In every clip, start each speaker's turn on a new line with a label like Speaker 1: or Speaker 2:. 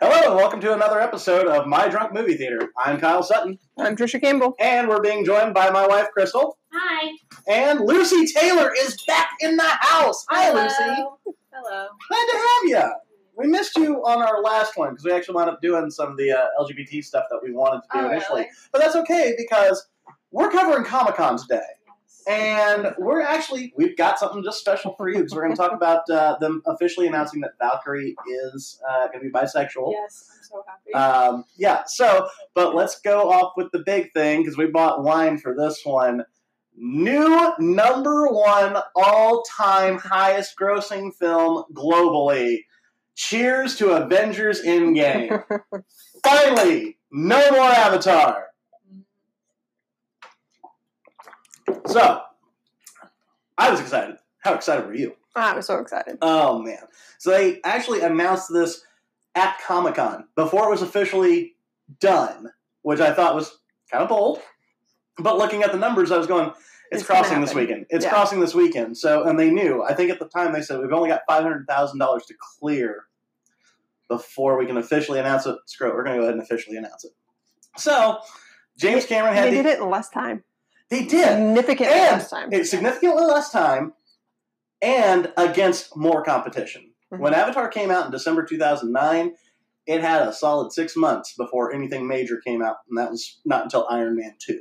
Speaker 1: to another episode of My Drunk Movie Theater. I'm Kyle Sutton,
Speaker 2: I'm Trisha Campbell.
Speaker 1: and we're being joined by my wife Crystal.
Speaker 3: Hi.
Speaker 1: And Lucy Taylor is back in the house. Hi, Lucy.
Speaker 3: Hello.
Speaker 1: Glad to have you. We missed you on our last one because we actually wound up doing some of the uh, LGBT stuff that we wanted to do
Speaker 3: Oh,
Speaker 1: initially.
Speaker 3: really?
Speaker 1: But that's okay because we're covering Comic Con today.
Speaker 3: Yes.
Speaker 1: And we're actually, we've got something just special for you. So we're going to talk about uh, them officially announcing that Valkyrie is uh, going to be bisexual.
Speaker 3: Yes, I'm so happy.
Speaker 1: Um, yeah, so, but let's go off with the big thing because we bought wine for this one. New number one all time highest grossing film globally. Cheers to Avengers Endgame. Finally, no more Avatar. So, I was excited. How excited were you?
Speaker 2: I'm so excited.
Speaker 1: Oh man! So they actually announced this at Comic Con before it was officially done, which I thought was kind of bold. But looking at the numbers, I was going, "It's,
Speaker 2: It's gonna
Speaker 1: crossing this
Speaker 2: happen.
Speaker 1: weekend. It's
Speaker 2: Yeah.
Speaker 1: crossing this weekend." So, and they knew. I think at the time they said we've only got five hundred thousand dollars to clear before we can officially announce it. Screw it, we're going to go ahead and officially announce it. So, James Cameron had
Speaker 2: They
Speaker 1: the,
Speaker 2: did it in less time.
Speaker 1: they did
Speaker 2: Significantly
Speaker 1: And
Speaker 2: less time.
Speaker 1: it's significantly less time and against more competition.
Speaker 2: Mhm.
Speaker 1: When Avatar came out in December 2009, it had a solid six months before anything major came out, and that was not until Iron Man 2.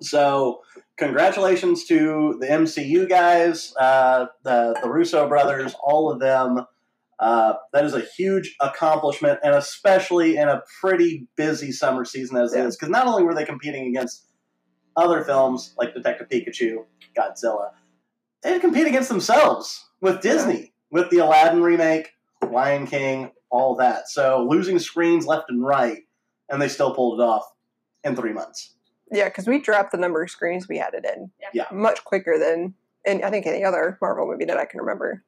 Speaker 1: So, congratulations to the MCU guys, uh, the, the Russo brothers, all of them. Uh, that is a huge accomplishment, and especially in a pretty busy summer season as it
Speaker 2: Yeah.
Speaker 1: is, because not only were they competing against other films like Detective Pikachu, Godzilla, they compete against themselves with Disney, with the Aladdin remake, Lion King, all that. So losing screens left and right, and they still pulled it off in three months.
Speaker 2: Yeah, because we dropped the number of screens we added in.
Speaker 3: Yeah.
Speaker 1: Yeah.
Speaker 2: Much quicker than and I think any other Marvel movie that I can remember.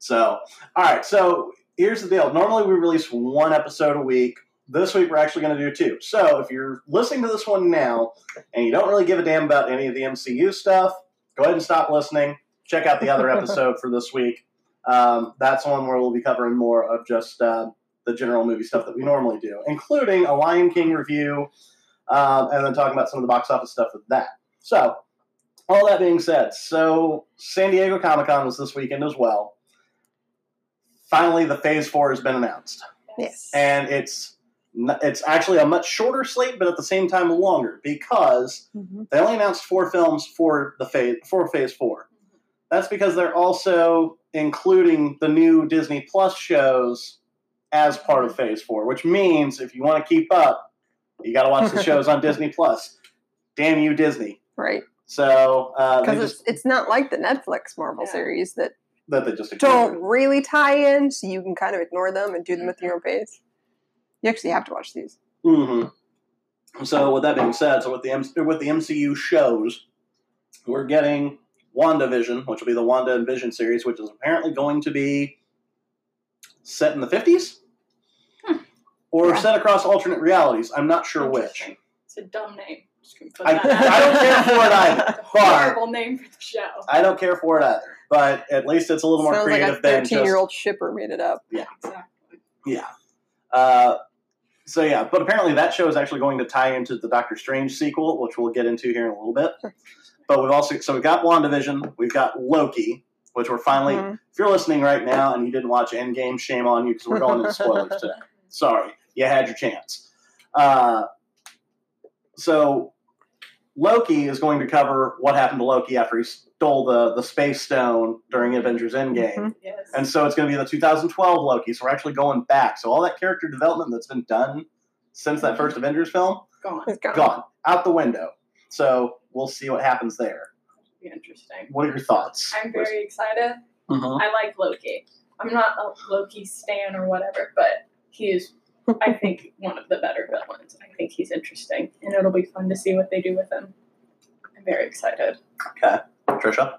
Speaker 1: So, all right. So here's the deal. Normally we release one episode a week. This week we're actually going to do two. So if you're listening to this one now and you don't really give a damn about any of the MCU stuff, go ahead and stop listening. Check out the other episode for this week. Um, that's one where we'll be covering more of just uh, the general movie stuff that we normally do, including a Lion King review, um, and then talking about some of the box office stuff with that. So, all that being said, so San Diego Comic Con was this weekend as well finally the phase four has been announced
Speaker 2: Yes.
Speaker 1: and it's n- it's actually a much shorter slate but at the same time longer because
Speaker 2: Mhm.
Speaker 1: they only announced four films for the phase for phase four that's because they're also including the new disney plus shows as part of phase four which means if you want to keep up you got to watch the shows on disney plus damn you disney
Speaker 2: Right.
Speaker 1: so uh, they
Speaker 2: Because
Speaker 1: just,
Speaker 2: it's it's not like the Netflix Marvel
Speaker 3: Yeah.
Speaker 2: series that
Speaker 1: that they just
Speaker 2: don't Mm-hmm.
Speaker 1: included.
Speaker 2: really tie in, so you can kind of ignore them and do them at your own pace. You actually have to watch these.
Speaker 1: Mm-hmm. So with that being said, so with the M- with the MCU shows, we're getting WandaVision, which will be the Wanda and Vision series, which is apparently going to be set in the fifties or
Speaker 2: Yeah.
Speaker 1: set across alternate realities. I'm not sure which.
Speaker 3: Interesting. It's a dumb name. Just gonna put
Speaker 1: I,
Speaker 3: that
Speaker 1: I
Speaker 3: out.
Speaker 1: don't care for it either.
Speaker 3: It's a
Speaker 1: But
Speaker 3: horrible name for the show.
Speaker 1: I don't care for it either. But at least it's a little more
Speaker 2: Sounds like
Speaker 1: creative
Speaker 2: a
Speaker 1: than
Speaker 2: thirteen
Speaker 1: just
Speaker 2: year old shipper made it up.
Speaker 3: Exactly.
Speaker 1: Yeah. Uh, so yeah, but apparently that show is actually going to tie into the Doctor Strange sequel, which we'll get into here in a little bit. But we've also so we've got WandaVision, we've got Loki, which we're finally.
Speaker 2: Mhm.
Speaker 1: If you're listening right now and you didn't watch Endgame, shame on you because we're going into spoilers today. Sorry, you had your chance. Uh, so Loki is going to cover what happened to Loki after he stole the the space stone during Avengers Endgame.
Speaker 2: Mhm.
Speaker 3: Yes.
Speaker 1: And so it's going to be the 2012 Loki. So we're actually going back. So all that character development that's been done since that first Avengers film,
Speaker 3: gone.
Speaker 2: It's gone.
Speaker 1: gone out the window. So we'll see what happens there.
Speaker 3: Be interesting.
Speaker 1: What are your thoughts?
Speaker 3: I'm very excited.
Speaker 1: Mhm.
Speaker 3: I like Loki. I'm not a Loki stan or whatever, but he is, I think, one of the better villains. I think he's interesting, and it'll be fun to see what they do with him. I'm very excited.
Speaker 1: Trisha.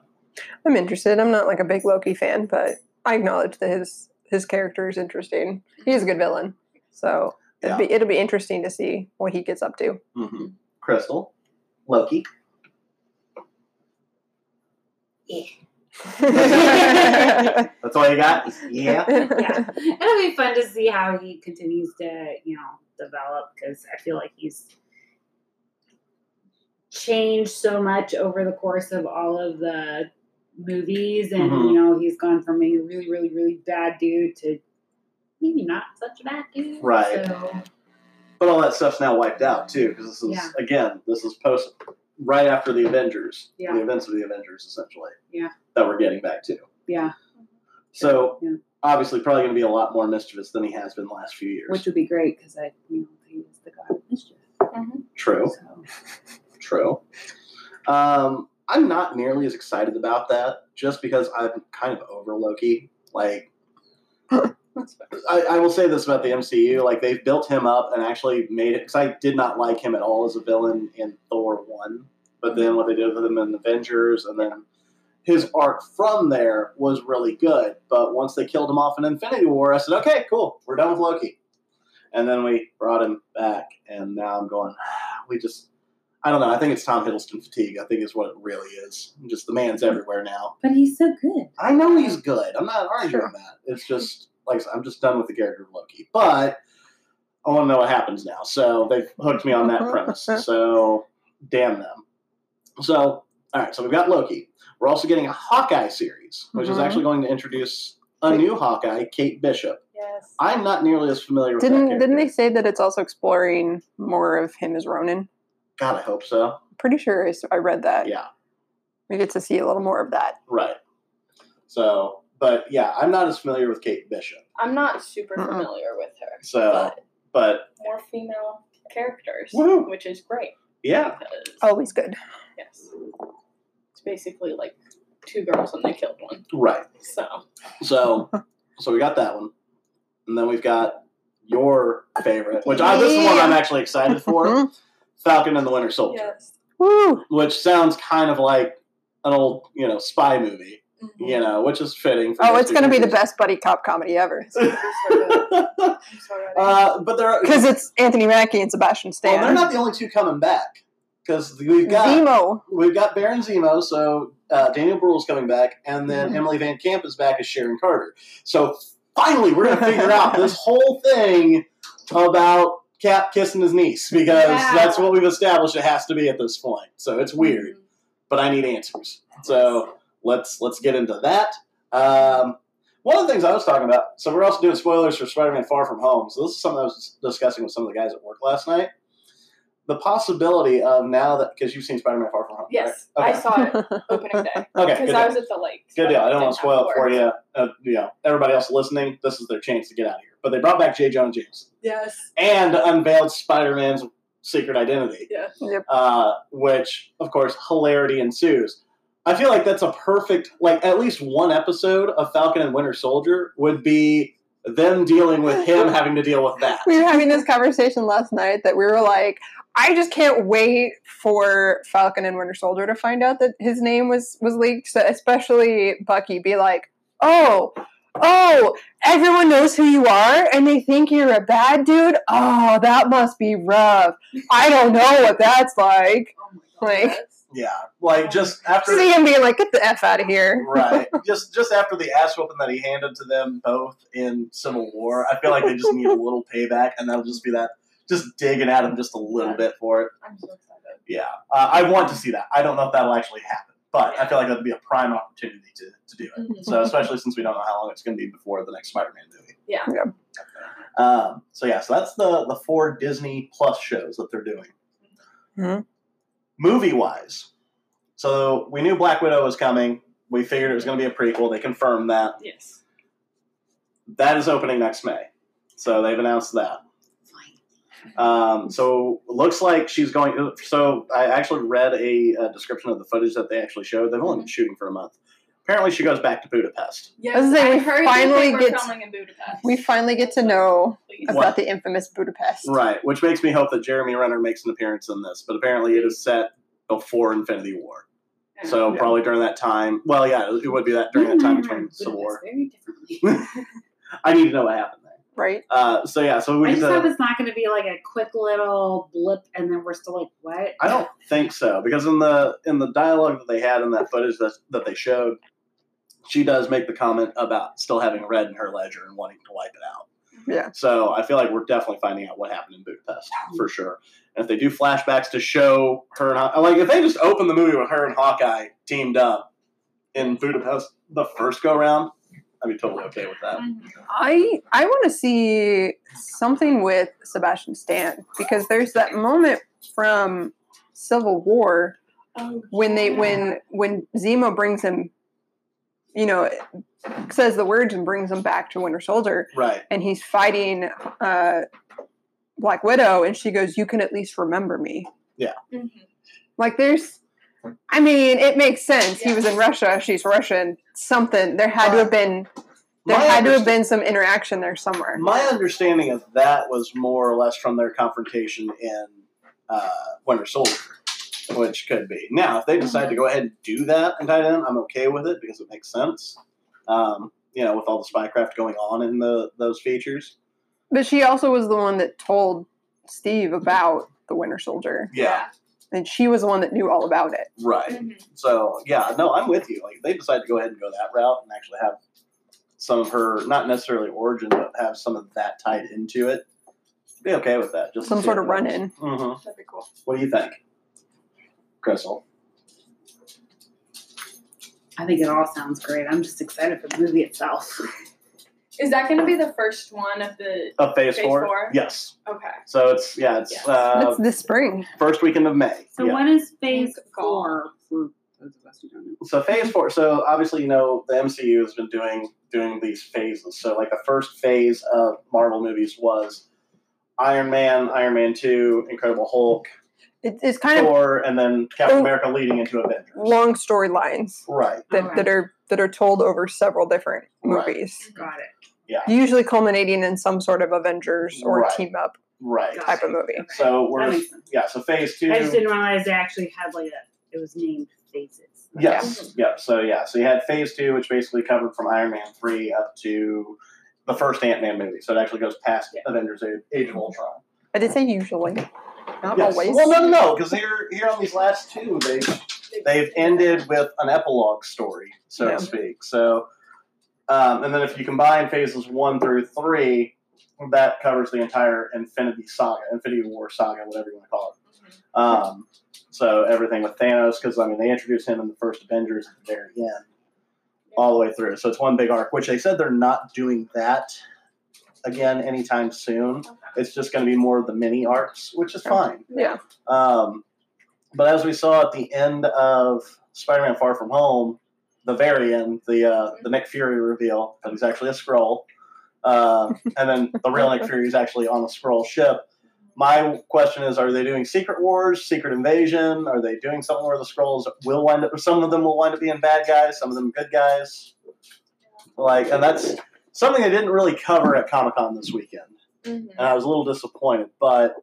Speaker 2: I'm interested. I'm not like a big Loki fan, but I acknowledge that his his character is interesting. He's a good villain, so it'll, be, it'll be interesting to see what he gets up to.
Speaker 1: hmm Crystal. Loki. That's all you got? Yeah.
Speaker 2: yeah.
Speaker 4: Yeah. It'll be fun to see how he continues to, you know, develop because I feel like he's changed so much over the course of all of the movies, and
Speaker 1: Mhm.
Speaker 4: you know, he's gone from a really, really, really bad dude to maybe not such a bad dude.
Speaker 1: Right.
Speaker 4: So,
Speaker 1: But all that stuff's now wiped out too, because this is
Speaker 4: Yeah.
Speaker 1: again, this is post right after the Avengers,
Speaker 4: Yeah.
Speaker 1: the events of the Avengers, essentially.
Speaker 4: Yeah.
Speaker 1: That we're getting back to.
Speaker 4: yeah,
Speaker 1: So
Speaker 4: Yeah.
Speaker 1: obviously, probably going to be a lot more mischievous than he has been the last few years.
Speaker 4: which would be great because I, you know, he was the god of mischief.
Speaker 1: true,
Speaker 4: So,
Speaker 1: true. Um, I'm not nearly as excited about that, just because I'm kind of over Loki. Like,
Speaker 3: That's fair.
Speaker 1: I, I will say this about the MCU: like they've built him up and actually made it. Because I did not like him at all as a villain in Thor one, but then what they did with him in Avengers, and then his arc from there was really good. But once they killed him off in Infinity War, I said, okay, cool, we're done with Loki. And then we brought him back, and now I'm going. "Ah, We just, I don't know. I think it's Tom Hiddleston fatigue. I think is what it really is. Just the man's everywhere now.
Speaker 4: but he's so good.
Speaker 1: I know he's good. I'm not arguing
Speaker 2: Sure.
Speaker 1: that. It's just like I said, I'm just done with the character of Loki. But I want to know what happens now. So they've hooked me on that premise. So damn them. So all right. So we've got Loki. We're also getting a Hawkeye series, which is
Speaker 2: Mhm.
Speaker 1: actually going to introduce a new Hawkeye, Kate Bishop.
Speaker 3: Yes.
Speaker 1: I'm not nearly as familiar with that
Speaker 2: Didn't
Speaker 1: character.
Speaker 2: didn't they say that it's also exploring more of him as Ronan?
Speaker 1: God, I hope so.
Speaker 2: Pretty sure I s- I read that.
Speaker 1: Yeah.
Speaker 2: We get to see a little more of that.
Speaker 1: Right. So, but yeah, I'm not as familiar with Kate Bishop.
Speaker 3: I'm not super
Speaker 2: Mm-mm.
Speaker 3: familiar with her.
Speaker 1: So, but
Speaker 3: More female characters,
Speaker 1: Woohoo.
Speaker 3: which is great.
Speaker 1: yeah, Oh.
Speaker 3: Because,
Speaker 2: Always good.
Speaker 3: Yes. It's basically like two girls and they killed one.
Speaker 1: right.
Speaker 3: So
Speaker 1: So, so we got that one, and then we've got your favorite, which I, this is one I'm actually excited for:
Speaker 2: Mhm.
Speaker 1: Falcon and the Winter Soldier,
Speaker 3: yes.
Speaker 2: Woo!
Speaker 1: which sounds kind of like an old, you know, spy movie,
Speaker 3: Mm-hmm.
Speaker 1: you know, which is fitting. For
Speaker 2: Oh,
Speaker 1: those
Speaker 2: it's going to be the
Speaker 1: characters.
Speaker 2: best buddy cop comedy ever.
Speaker 3: It's gonna be so good. I'm so ready.
Speaker 1: uh, but they're
Speaker 2: Because it's Anthony Mackie and Sebastian
Speaker 1: well, Oh, they're
Speaker 2: Stan.
Speaker 1: not the only two coming back because we've got
Speaker 2: Zemo.
Speaker 1: we've got Baron Zemo, so uh, Daniel Bruhl's coming back, and then Emily Van Camp is back as Sharon Carter. So finally, we're going to figure out this whole thing about Cap kissing his niece because
Speaker 4: Yeah.
Speaker 1: that's what we've established it has to be at this point. So
Speaker 3: Mm-hmm.
Speaker 1: it's weird, but I need answers. So let's let's get into that. Um, one of the things I was talking about. So we're also doing spoilers for Spider-Man: Far From Home. So this is something I was discussing with some of the guys at work last night. The possibility of now that because you've seen Spider-Man: Far From Home, right?
Speaker 3: yes,
Speaker 1: Okay.
Speaker 3: I saw it opening day
Speaker 1: Okay,
Speaker 3: because
Speaker 1: good deal.
Speaker 3: I was at the lake. so
Speaker 1: Good deal. I don't want to
Speaker 3: didn't
Speaker 1: spoil it
Speaker 3: have
Speaker 1: for
Speaker 3: to work.
Speaker 1: you. Uh, you know, everybody else listening, this is their chance to get out of here. But they brought back J. Jonah Jameson
Speaker 3: Yes.
Speaker 1: and unveiled Spider-Man's secret identity,
Speaker 3: Yes.
Speaker 2: Yep.
Speaker 1: uh, which, of course, hilarity ensues. I feel like that's a perfect, like at least one episode of Falcon and Winter Soldier would be them dealing with him having to deal with that.
Speaker 2: We were having this conversation last night that we were like, I just can't wait for Falcon and Winter Soldier to find out that his name was was leaked. So especially Bucky be like, oh, oh, everyone knows who you are and they think you're a bad dude. Oh, that must be rough. I don't know what that's like.
Speaker 4: Oh my god.
Speaker 2: Like,
Speaker 3: Yes.
Speaker 1: Yeah, like just after
Speaker 2: see him being like, get the f out of here.
Speaker 1: right. Just just after the ass whooping that he handed to them both in Civil War, I feel like they just need a little payback, and that'll just be that. Just digging at him just a little bit for it.
Speaker 3: I'm so excited.
Speaker 1: Yeah, uh, I want to see that. I don't know if that'll actually happen, but I feel like that'd be a prime opportunity to, to do it.
Speaker 3: Mm-hmm.
Speaker 1: So especially since we don't know how long it's going to be before the next Spider-Man movie.
Speaker 3: Yeah.
Speaker 1: Um, so yeah, so that's the the four Disney Plus shows that they're doing.
Speaker 2: Mhm.
Speaker 1: Movie wise, so we knew Black Widow was coming. We figured it was going to be a prequel. They confirmed that.
Speaker 3: Yes.
Speaker 1: That is opening next May. So they've announced that. Um, so looks like she's going. So I actually read a, uh description of the footage that they actually showed. They've
Speaker 4: Mm-hmm.
Speaker 1: only been shooting for a month. Apparently, she goes back to Budapest.
Speaker 3: Yes.
Speaker 2: That's the thing,
Speaker 3: I
Speaker 2: we
Speaker 3: heard
Speaker 2: finally
Speaker 3: that they were
Speaker 2: get-
Speaker 3: filming in Budapest.
Speaker 2: We finally get to know
Speaker 3: Please.
Speaker 2: about
Speaker 1: What?
Speaker 2: the infamous Budapest.
Speaker 1: Right, which makes me hope that Jeremy Renner makes an appearance in this, but apparently it is set before Infinity War. So
Speaker 2: Yeah.
Speaker 1: probably during that time. Well, yeah, it would be that during that
Speaker 4: Hmm.
Speaker 1: time between Civil War.
Speaker 4: Oh Very differently.
Speaker 1: I need to know what happened there.
Speaker 2: Right?
Speaker 1: Uh, so yeah, so we
Speaker 4: I
Speaker 1: get
Speaker 4: just hope
Speaker 1: to,
Speaker 4: it's not going to be like a quick little blip, and then we're still like, what?
Speaker 1: I don't think so because in the in the dialogue that they had in that footage that that they showed, she does make the comment about still having red in her ledger and wanting to wipe it out.
Speaker 2: Yeah. Mm-hmm.
Speaker 1: So I feel like we're definitely finding out what happened in Budapest for sure. And if they do flashbacks to show her and Haw- like if they just open the movie with her and Hawkeye teamed up in Budapest the first go round, I'd be totally okay with that.
Speaker 3: Mm-hmm.
Speaker 2: I I want to see something with Sebastian Stan because there's that moment from Civil War
Speaker 3: Oh,
Speaker 2: when they
Speaker 3: yeah.
Speaker 2: when when Zemo brings him, you know, says the words and brings him back to Winter Soldier,
Speaker 1: Right.
Speaker 2: and he's fighting uh, Black Widow, and she goes, "You can at least remember me."
Speaker 3: Mhm.
Speaker 2: Like there's, I mean, it makes sense. He
Speaker 3: Yeah.
Speaker 2: was in Russia. She's Russian. Something there had to have been there
Speaker 1: My
Speaker 2: had to have
Speaker 1: understa-
Speaker 2: been some interaction there somewhere.
Speaker 1: My understanding of that was more or less from their confrontation in uh, Winter Soldier, which could be. Now, if they decide to go ahead and do that and tie it in, I'm okay with it because it makes sense. Um, you know, with all the spycraft going on in the those features.
Speaker 2: But she also was the one that told Steve about the Winter Soldier,
Speaker 1: Yeah,
Speaker 2: and she was the one that knew all about it.
Speaker 1: right.
Speaker 3: Mhm.
Speaker 1: So, yeah, no, I'm with you. Like, if they decide to go ahead and go that route and actually have some of her, not necessarily origin, but have some of that tied into it. Be okay with that. Just to
Speaker 2: Some
Speaker 1: see
Speaker 2: sort
Speaker 1: it
Speaker 2: of
Speaker 1: goes.
Speaker 2: run-in.
Speaker 1: Mhm.
Speaker 3: That'd be cool.
Speaker 1: What do you think, Crystal?
Speaker 4: I think it all sounds great. I'm just excited for the movie itself.
Speaker 3: Is that going to be the first one of the?
Speaker 1: Of phase,
Speaker 3: Phase
Speaker 1: four?
Speaker 3: four?
Speaker 1: Yes.
Speaker 3: Okay.
Speaker 1: So it's yeah, it's
Speaker 3: Yes.
Speaker 1: Uh,
Speaker 2: That's this spring.
Speaker 1: first weekend of May.
Speaker 4: So
Speaker 1: yeah.
Speaker 4: when is phase
Speaker 3: Thank God.
Speaker 4: four for those of us who don't know?
Speaker 1: So phase four. So obviously, you know, the MCU has been doing doing these phases. So like the first phase of Marvel movies was Iron Man, Iron Man Two, Incredible Hulk,
Speaker 2: It, it's kind of
Speaker 1: Thor, and then Captain
Speaker 2: Oh.
Speaker 1: America leading into Avengers.
Speaker 2: long storylines
Speaker 1: Right.
Speaker 2: that,
Speaker 4: Okay.
Speaker 2: that are that are told over several different
Speaker 1: Right.
Speaker 2: movies,
Speaker 4: Got it.
Speaker 2: usually culminating in some sort of Avengers or
Speaker 1: Right.
Speaker 2: team up
Speaker 1: Right.
Speaker 4: Got
Speaker 2: type
Speaker 4: it.
Speaker 2: of movie.
Speaker 4: Okay.
Speaker 1: So
Speaker 4: That
Speaker 1: we're
Speaker 4: makes sense.
Speaker 1: yeah. So phase two.
Speaker 4: I just didn't realize they actually had like a. It was named phases.
Speaker 1: Yes. Yeah. So yeah. So you had Phase Two, which basically covered from Iron Man three up to the first Ant Man movie. So it actually goes past
Speaker 4: Yeah.
Speaker 1: Avengers: Age- Age of Ultron.
Speaker 2: I did say usually, not
Speaker 1: Yes.
Speaker 2: always.
Speaker 1: Well, no, no, no. Because here, here on these last two, they've they've ended with an epilogue story, so
Speaker 2: Yeah.
Speaker 1: to speak. So, um, and then if you combine phases one through three, that covers the entire Infinity Saga, Infinity War Saga, whatever you want to call it.
Speaker 3: Mhm.
Speaker 1: Um, so everything with Thanos, because I mean they introduced him in the first Avengers at the very end, all the way through. So it's one big arc, which they said they're not doing that again anytime soon.
Speaker 3: Okay.
Speaker 1: It's just going to be more of the mini arcs, which is fine.
Speaker 2: Yeah.
Speaker 1: Um, but as we saw at the end of Spider-Man: Far From Home, the very end, the uh, the Nick Fury reveal that he's actually a scroll, um, and then the real Nick Fury is actually on a scroll ship. My question is: Are they doing Secret Wars, Secret Invasion? Are they doing something where the scrolls will wind up? Some of them will wind up being bad guys, some of them good guys. Like, and that's something they didn't really cover at Comic Con this weekend,
Speaker 3: Mhm.
Speaker 1: and I was a little disappointed. But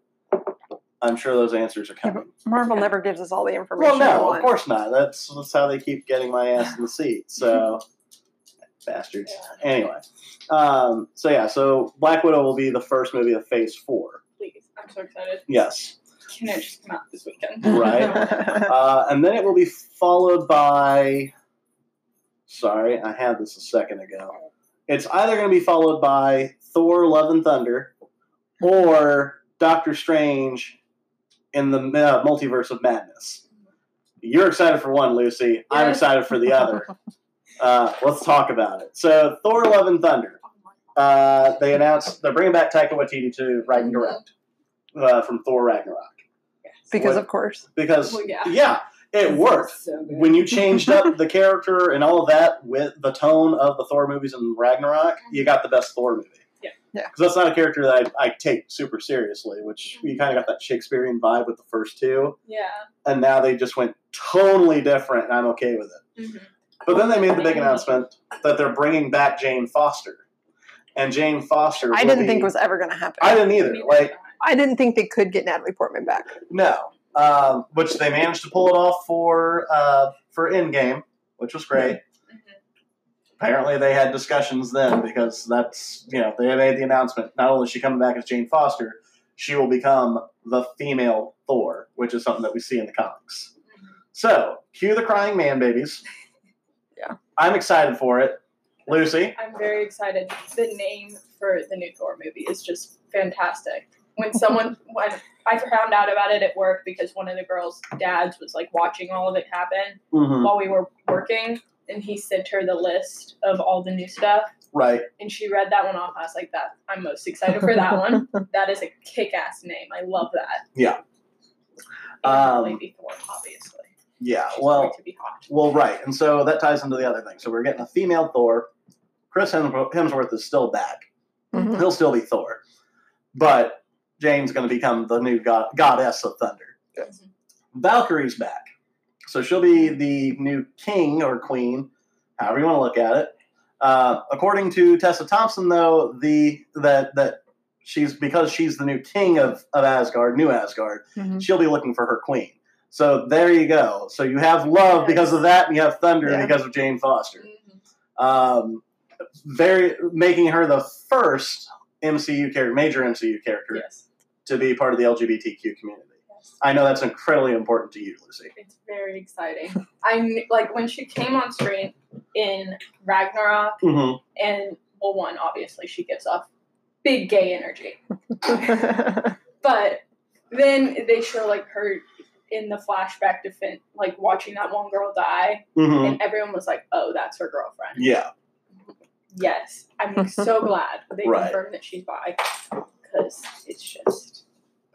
Speaker 1: I'm sure those answers are coming.
Speaker 2: Marvel never gives us all the
Speaker 1: Well,
Speaker 2: information we
Speaker 1: no,
Speaker 2: want.
Speaker 1: of course not. That's that's how they keep getting my ass in the seat. So bastards. Anyway, um, so yeah, so Black Widow will be the first movie of Phase Four.
Speaker 3: Please, I'm so excited.
Speaker 1: Yes,
Speaker 3: Can it just come out this weekend?
Speaker 1: Mm-hmm. Right. uh, and then it will be followed by. Sorry, I had this a second ago. It's either going to be followed by Thor: Love and Thunder, or Doctor Strange in the uh, Multiverse of Madness. You're excited for one, Lucy. I'm
Speaker 3: Yes.
Speaker 1: excited for the other. Uh, let's talk about it. So, Thor: Love and Thunder. Uh, they announced they're bringing back Taika Waititi to write and direct uh, from Thor Ragnarok
Speaker 3: Yes.
Speaker 2: because
Speaker 1: What-
Speaker 2: of course.
Speaker 1: because
Speaker 3: Well, yeah.
Speaker 1: yeah, it worked.
Speaker 4: So good.
Speaker 1: When you changed up the character and all of that with the tone of the Thor movies and Ragnarok, you got the best Thor movie.
Speaker 3: Yeah.
Speaker 2: Yeah.
Speaker 1: Because that's not a character that I, I take super seriously, which you kind of got that Shakespearean vibe with the first two,
Speaker 3: Yeah.
Speaker 1: and now they just went totally different, and I'm okay with it.
Speaker 3: Mhm.
Speaker 1: But then they made the big announcement that they're bringing back Jane Foster, and Jane Foster.
Speaker 2: I
Speaker 1: will
Speaker 2: didn't
Speaker 1: be-
Speaker 2: think was ever going to happen.
Speaker 1: I didn't either.
Speaker 3: Mm-hmm.
Speaker 1: Like
Speaker 2: I didn't think they could get Natalie Portman back.
Speaker 1: No, um, which they managed to pull it off for uh, for Endgame, which was great.
Speaker 3: Mhm.
Speaker 1: Apparently, they had discussions then because that's you know they made the announcement. Not only is she coming back as Jane Foster, she will become the female Thor, which
Speaker 3: Mhm.
Speaker 1: is something that we see in the comics. So, cue the crying man, babies.
Speaker 2: Yeah.
Speaker 1: I'm excited for it. Lucy,
Speaker 3: I'm very excited. The name for the new Thor movie is just fantastic. When someone, when I found out about it at work because one of the girls' dads was like watching all of it happen
Speaker 1: mm-hmm.
Speaker 3: while we were working, and he sent her the list of all the new stuff,
Speaker 1: right?
Speaker 3: and she read that one off. I was like, "That I'm most excited for that one. That is a kick-ass name. I love that."
Speaker 1: Yeah.
Speaker 3: And
Speaker 1: Um,
Speaker 3: Lady Thor, obviously.
Speaker 1: Yeah.
Speaker 3: She's
Speaker 1: Well,
Speaker 3: going to be hot.
Speaker 1: well, right. And so that ties into the other thing. So we're getting a female Thor. Chris Hemsworth Hemsworth is still back.
Speaker 3: Mm-hmm.
Speaker 2: Mhm.
Speaker 1: He'll still be Thor, but Jane's going to become the new god- goddess of thunder. Mm-hmm.
Speaker 3: Yes.
Speaker 1: Valkyrie's back, so she'll be the new king or queen, however you want to look at it. Uh, according to Tessa Thompson, though, the that that she's because she's the new king of of Asgard, new Asgard,
Speaker 3: Mm-hmm.
Speaker 2: Mhm.
Speaker 1: she'll be looking for her queen. So there you go. So you have love
Speaker 3: Yes.
Speaker 1: because of that, and you have thunder
Speaker 2: Yeah.
Speaker 1: because of Jane Foster
Speaker 3: Mhm.
Speaker 1: um, very making her the first MCU character, major MCU character
Speaker 3: Yes.
Speaker 1: to be part of the LGBTQ community.
Speaker 3: Yes.
Speaker 1: I know that's incredibly important to you, Lucy.
Speaker 3: It's very exciting. I kn- like when she came on screen in Ragnarok
Speaker 1: Mm-hmm.
Speaker 3: and well, one obviously she gives off big gay energy, but then they show like her in the flashback to Finn, like watching that one girl die,
Speaker 1: Mm-hmm.
Speaker 3: and everyone was like, "Oh, that's her girlfriend."
Speaker 1: Yeah,
Speaker 3: Yes, I'm so glad they
Speaker 1: Right.
Speaker 3: confirmed that she's bi because it's just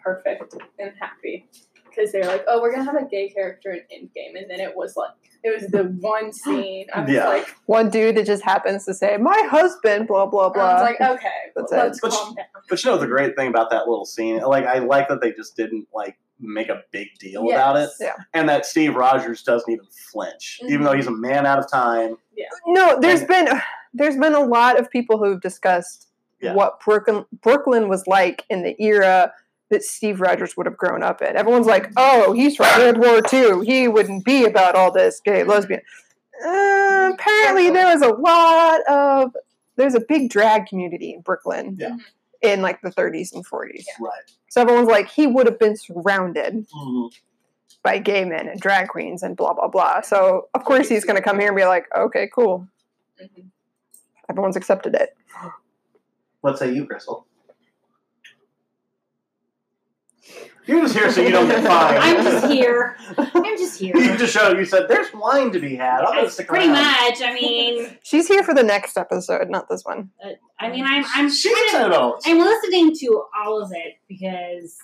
Speaker 3: perfect and happy. Because they're like, oh, we're gonna have a gay character in Endgame, and then it was like, it was the one scene. I was
Speaker 1: Yeah.
Speaker 3: like,
Speaker 2: One dude that just happens to say, "My husband," blah blah
Speaker 3: I
Speaker 2: blah.
Speaker 3: was like, okay,
Speaker 2: That's it.
Speaker 3: let's
Speaker 1: But
Speaker 3: calm down.
Speaker 1: but you know the great thing about that little scene, like I like that they just didn't like make a big deal
Speaker 3: Yes.
Speaker 1: about it,
Speaker 2: Yeah.
Speaker 1: and that Steve Rogers doesn't even flinch, even
Speaker 3: Mhm.
Speaker 4: Mm-hmm.
Speaker 1: though he's a man out of time.
Speaker 2: no, there's been there's been a lot of people who've discussed
Speaker 1: Yeah.
Speaker 2: what Brooklyn Brooklyn was like in the era that Steve Rogers would have grown up in. Everyone's like, "Oh, he's from World War II. He wouldn't be about all this gay lesbian." Uh, apparently, there was a lot of there's a big drag community in Brooklyn
Speaker 1: Yeah.
Speaker 2: in like the 30s and 40s.
Speaker 1: Right.
Speaker 2: So everyone's like, he would have been surrounded
Speaker 1: Mhm.
Speaker 2: by gay men and drag queens and blah blah blah. So of course he's gonna come here and be like, okay, cool,
Speaker 3: Mhm.
Speaker 2: everyone's accepted it.
Speaker 1: What say you, Crystal? You're just here so you don't get fined.
Speaker 4: I'm just here. I'm just here.
Speaker 1: You just showed. You said there's wine to be had. I'm gonna stick
Speaker 4: Pretty
Speaker 1: around.
Speaker 4: much. I mean,
Speaker 2: She's here for the next episode, not this one.
Speaker 4: I mean, I'm I'm
Speaker 1: She's
Speaker 4: kind of-
Speaker 1: excited about this.
Speaker 4: I'm listening to all of it because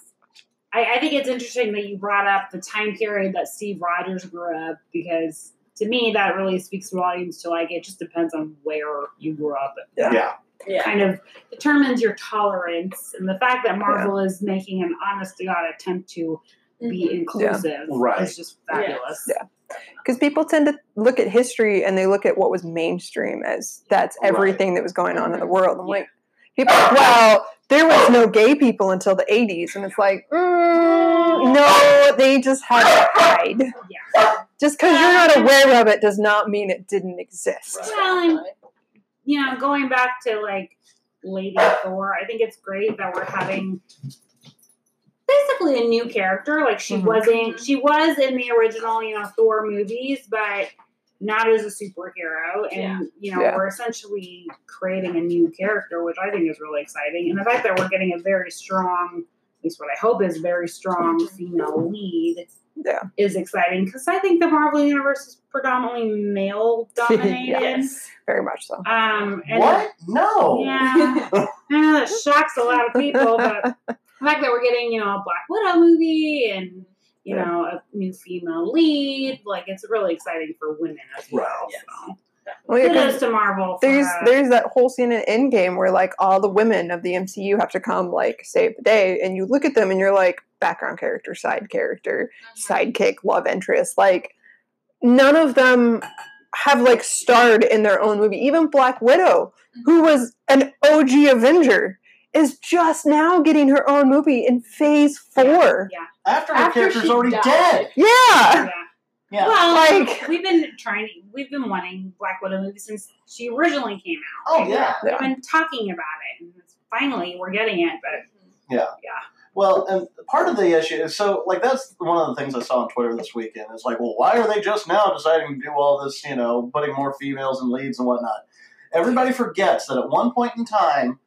Speaker 4: I, I think it's interesting that you brought up the time period that Steve Rogers grew up because to me that really speaks volumes to like it just depends on where you grew up.
Speaker 2: Yeah.
Speaker 1: Yeah.
Speaker 3: Yeah.
Speaker 4: Kind of determines your tolerance and the fact that Marvel is making an honest to God attempt to be
Speaker 3: Mhm.
Speaker 4: inclusive
Speaker 1: Right.
Speaker 4: is just fabulous.
Speaker 2: Mm-hmm. Yeah. Because people tend to look at history and they look at what was mainstream as that's
Speaker 1: Right.
Speaker 2: everything that was going on in the world. I'm
Speaker 4: Yeah.
Speaker 2: like, people, are like, well, there was no gay people until the '80s, and it's like, mm, no, they just had to hide. Just because you're not aware of it does not mean it didn't exist.
Speaker 1: Right.
Speaker 4: Well, and, um, you know, going back to like Lady Thor, I think it's great that we're having basically a new character. Like she
Speaker 2: Mhm.
Speaker 4: wasn't, she was in the original, you know, Thor movies, but not as a superhero. And
Speaker 3: Yeah.
Speaker 4: you know,
Speaker 2: Yeah.
Speaker 4: we're essentially creating a new character, which I think is really exciting. And the fact that we're getting a very strong, at least what I hope is very strong female lead.
Speaker 2: Mm-hmm. Yeah.
Speaker 4: Is exciting because I think the Marvel universe is predominantly male dominated.
Speaker 2: Yes. Very much so.
Speaker 4: Um, and
Speaker 1: What? No.
Speaker 4: Yeah, I know that shocks a lot of people, but the fact that we're getting you know a Black Widow movie and you
Speaker 2: Yeah.
Speaker 4: know a new female lead, like it's really exciting for women as well.
Speaker 3: Yes.
Speaker 4: So
Speaker 2: Well, yeah, 'cause
Speaker 4: kudos to Marvel. For
Speaker 2: there's
Speaker 4: that.
Speaker 2: there's that whole scene in Endgame where like all the women of the MCU have to come like save the day, and you look at them and you're like background character, side character, sidekick, love interest. Like none of them have like starred in their own movie. Even Black Widow, who was an OG Avenger, is just now getting her own movie in Phase Four.
Speaker 4: Yeah.
Speaker 1: After her
Speaker 3: After
Speaker 1: character's
Speaker 3: she
Speaker 1: already
Speaker 3: died.
Speaker 1: dead.
Speaker 2: Yeah,
Speaker 4: yeah.
Speaker 1: Yeah.
Speaker 4: Well,
Speaker 2: Like-
Speaker 4: we've been trying. We've been wanting Black Widow movie since she originally came out.
Speaker 1: Oh yeah.
Speaker 2: Yeah.
Speaker 4: We've
Speaker 3: Mm-hmm.
Speaker 4: been talking about it, and finally we're getting it. But
Speaker 3: Mhm.
Speaker 1: Well, and part of the issue is so like that's one of the things I saw on Twitter this weekend. It's like, well, why are they just now deciding to do all this? You know, putting more females in leads and whatnot. Everybody forgets that at one point in time,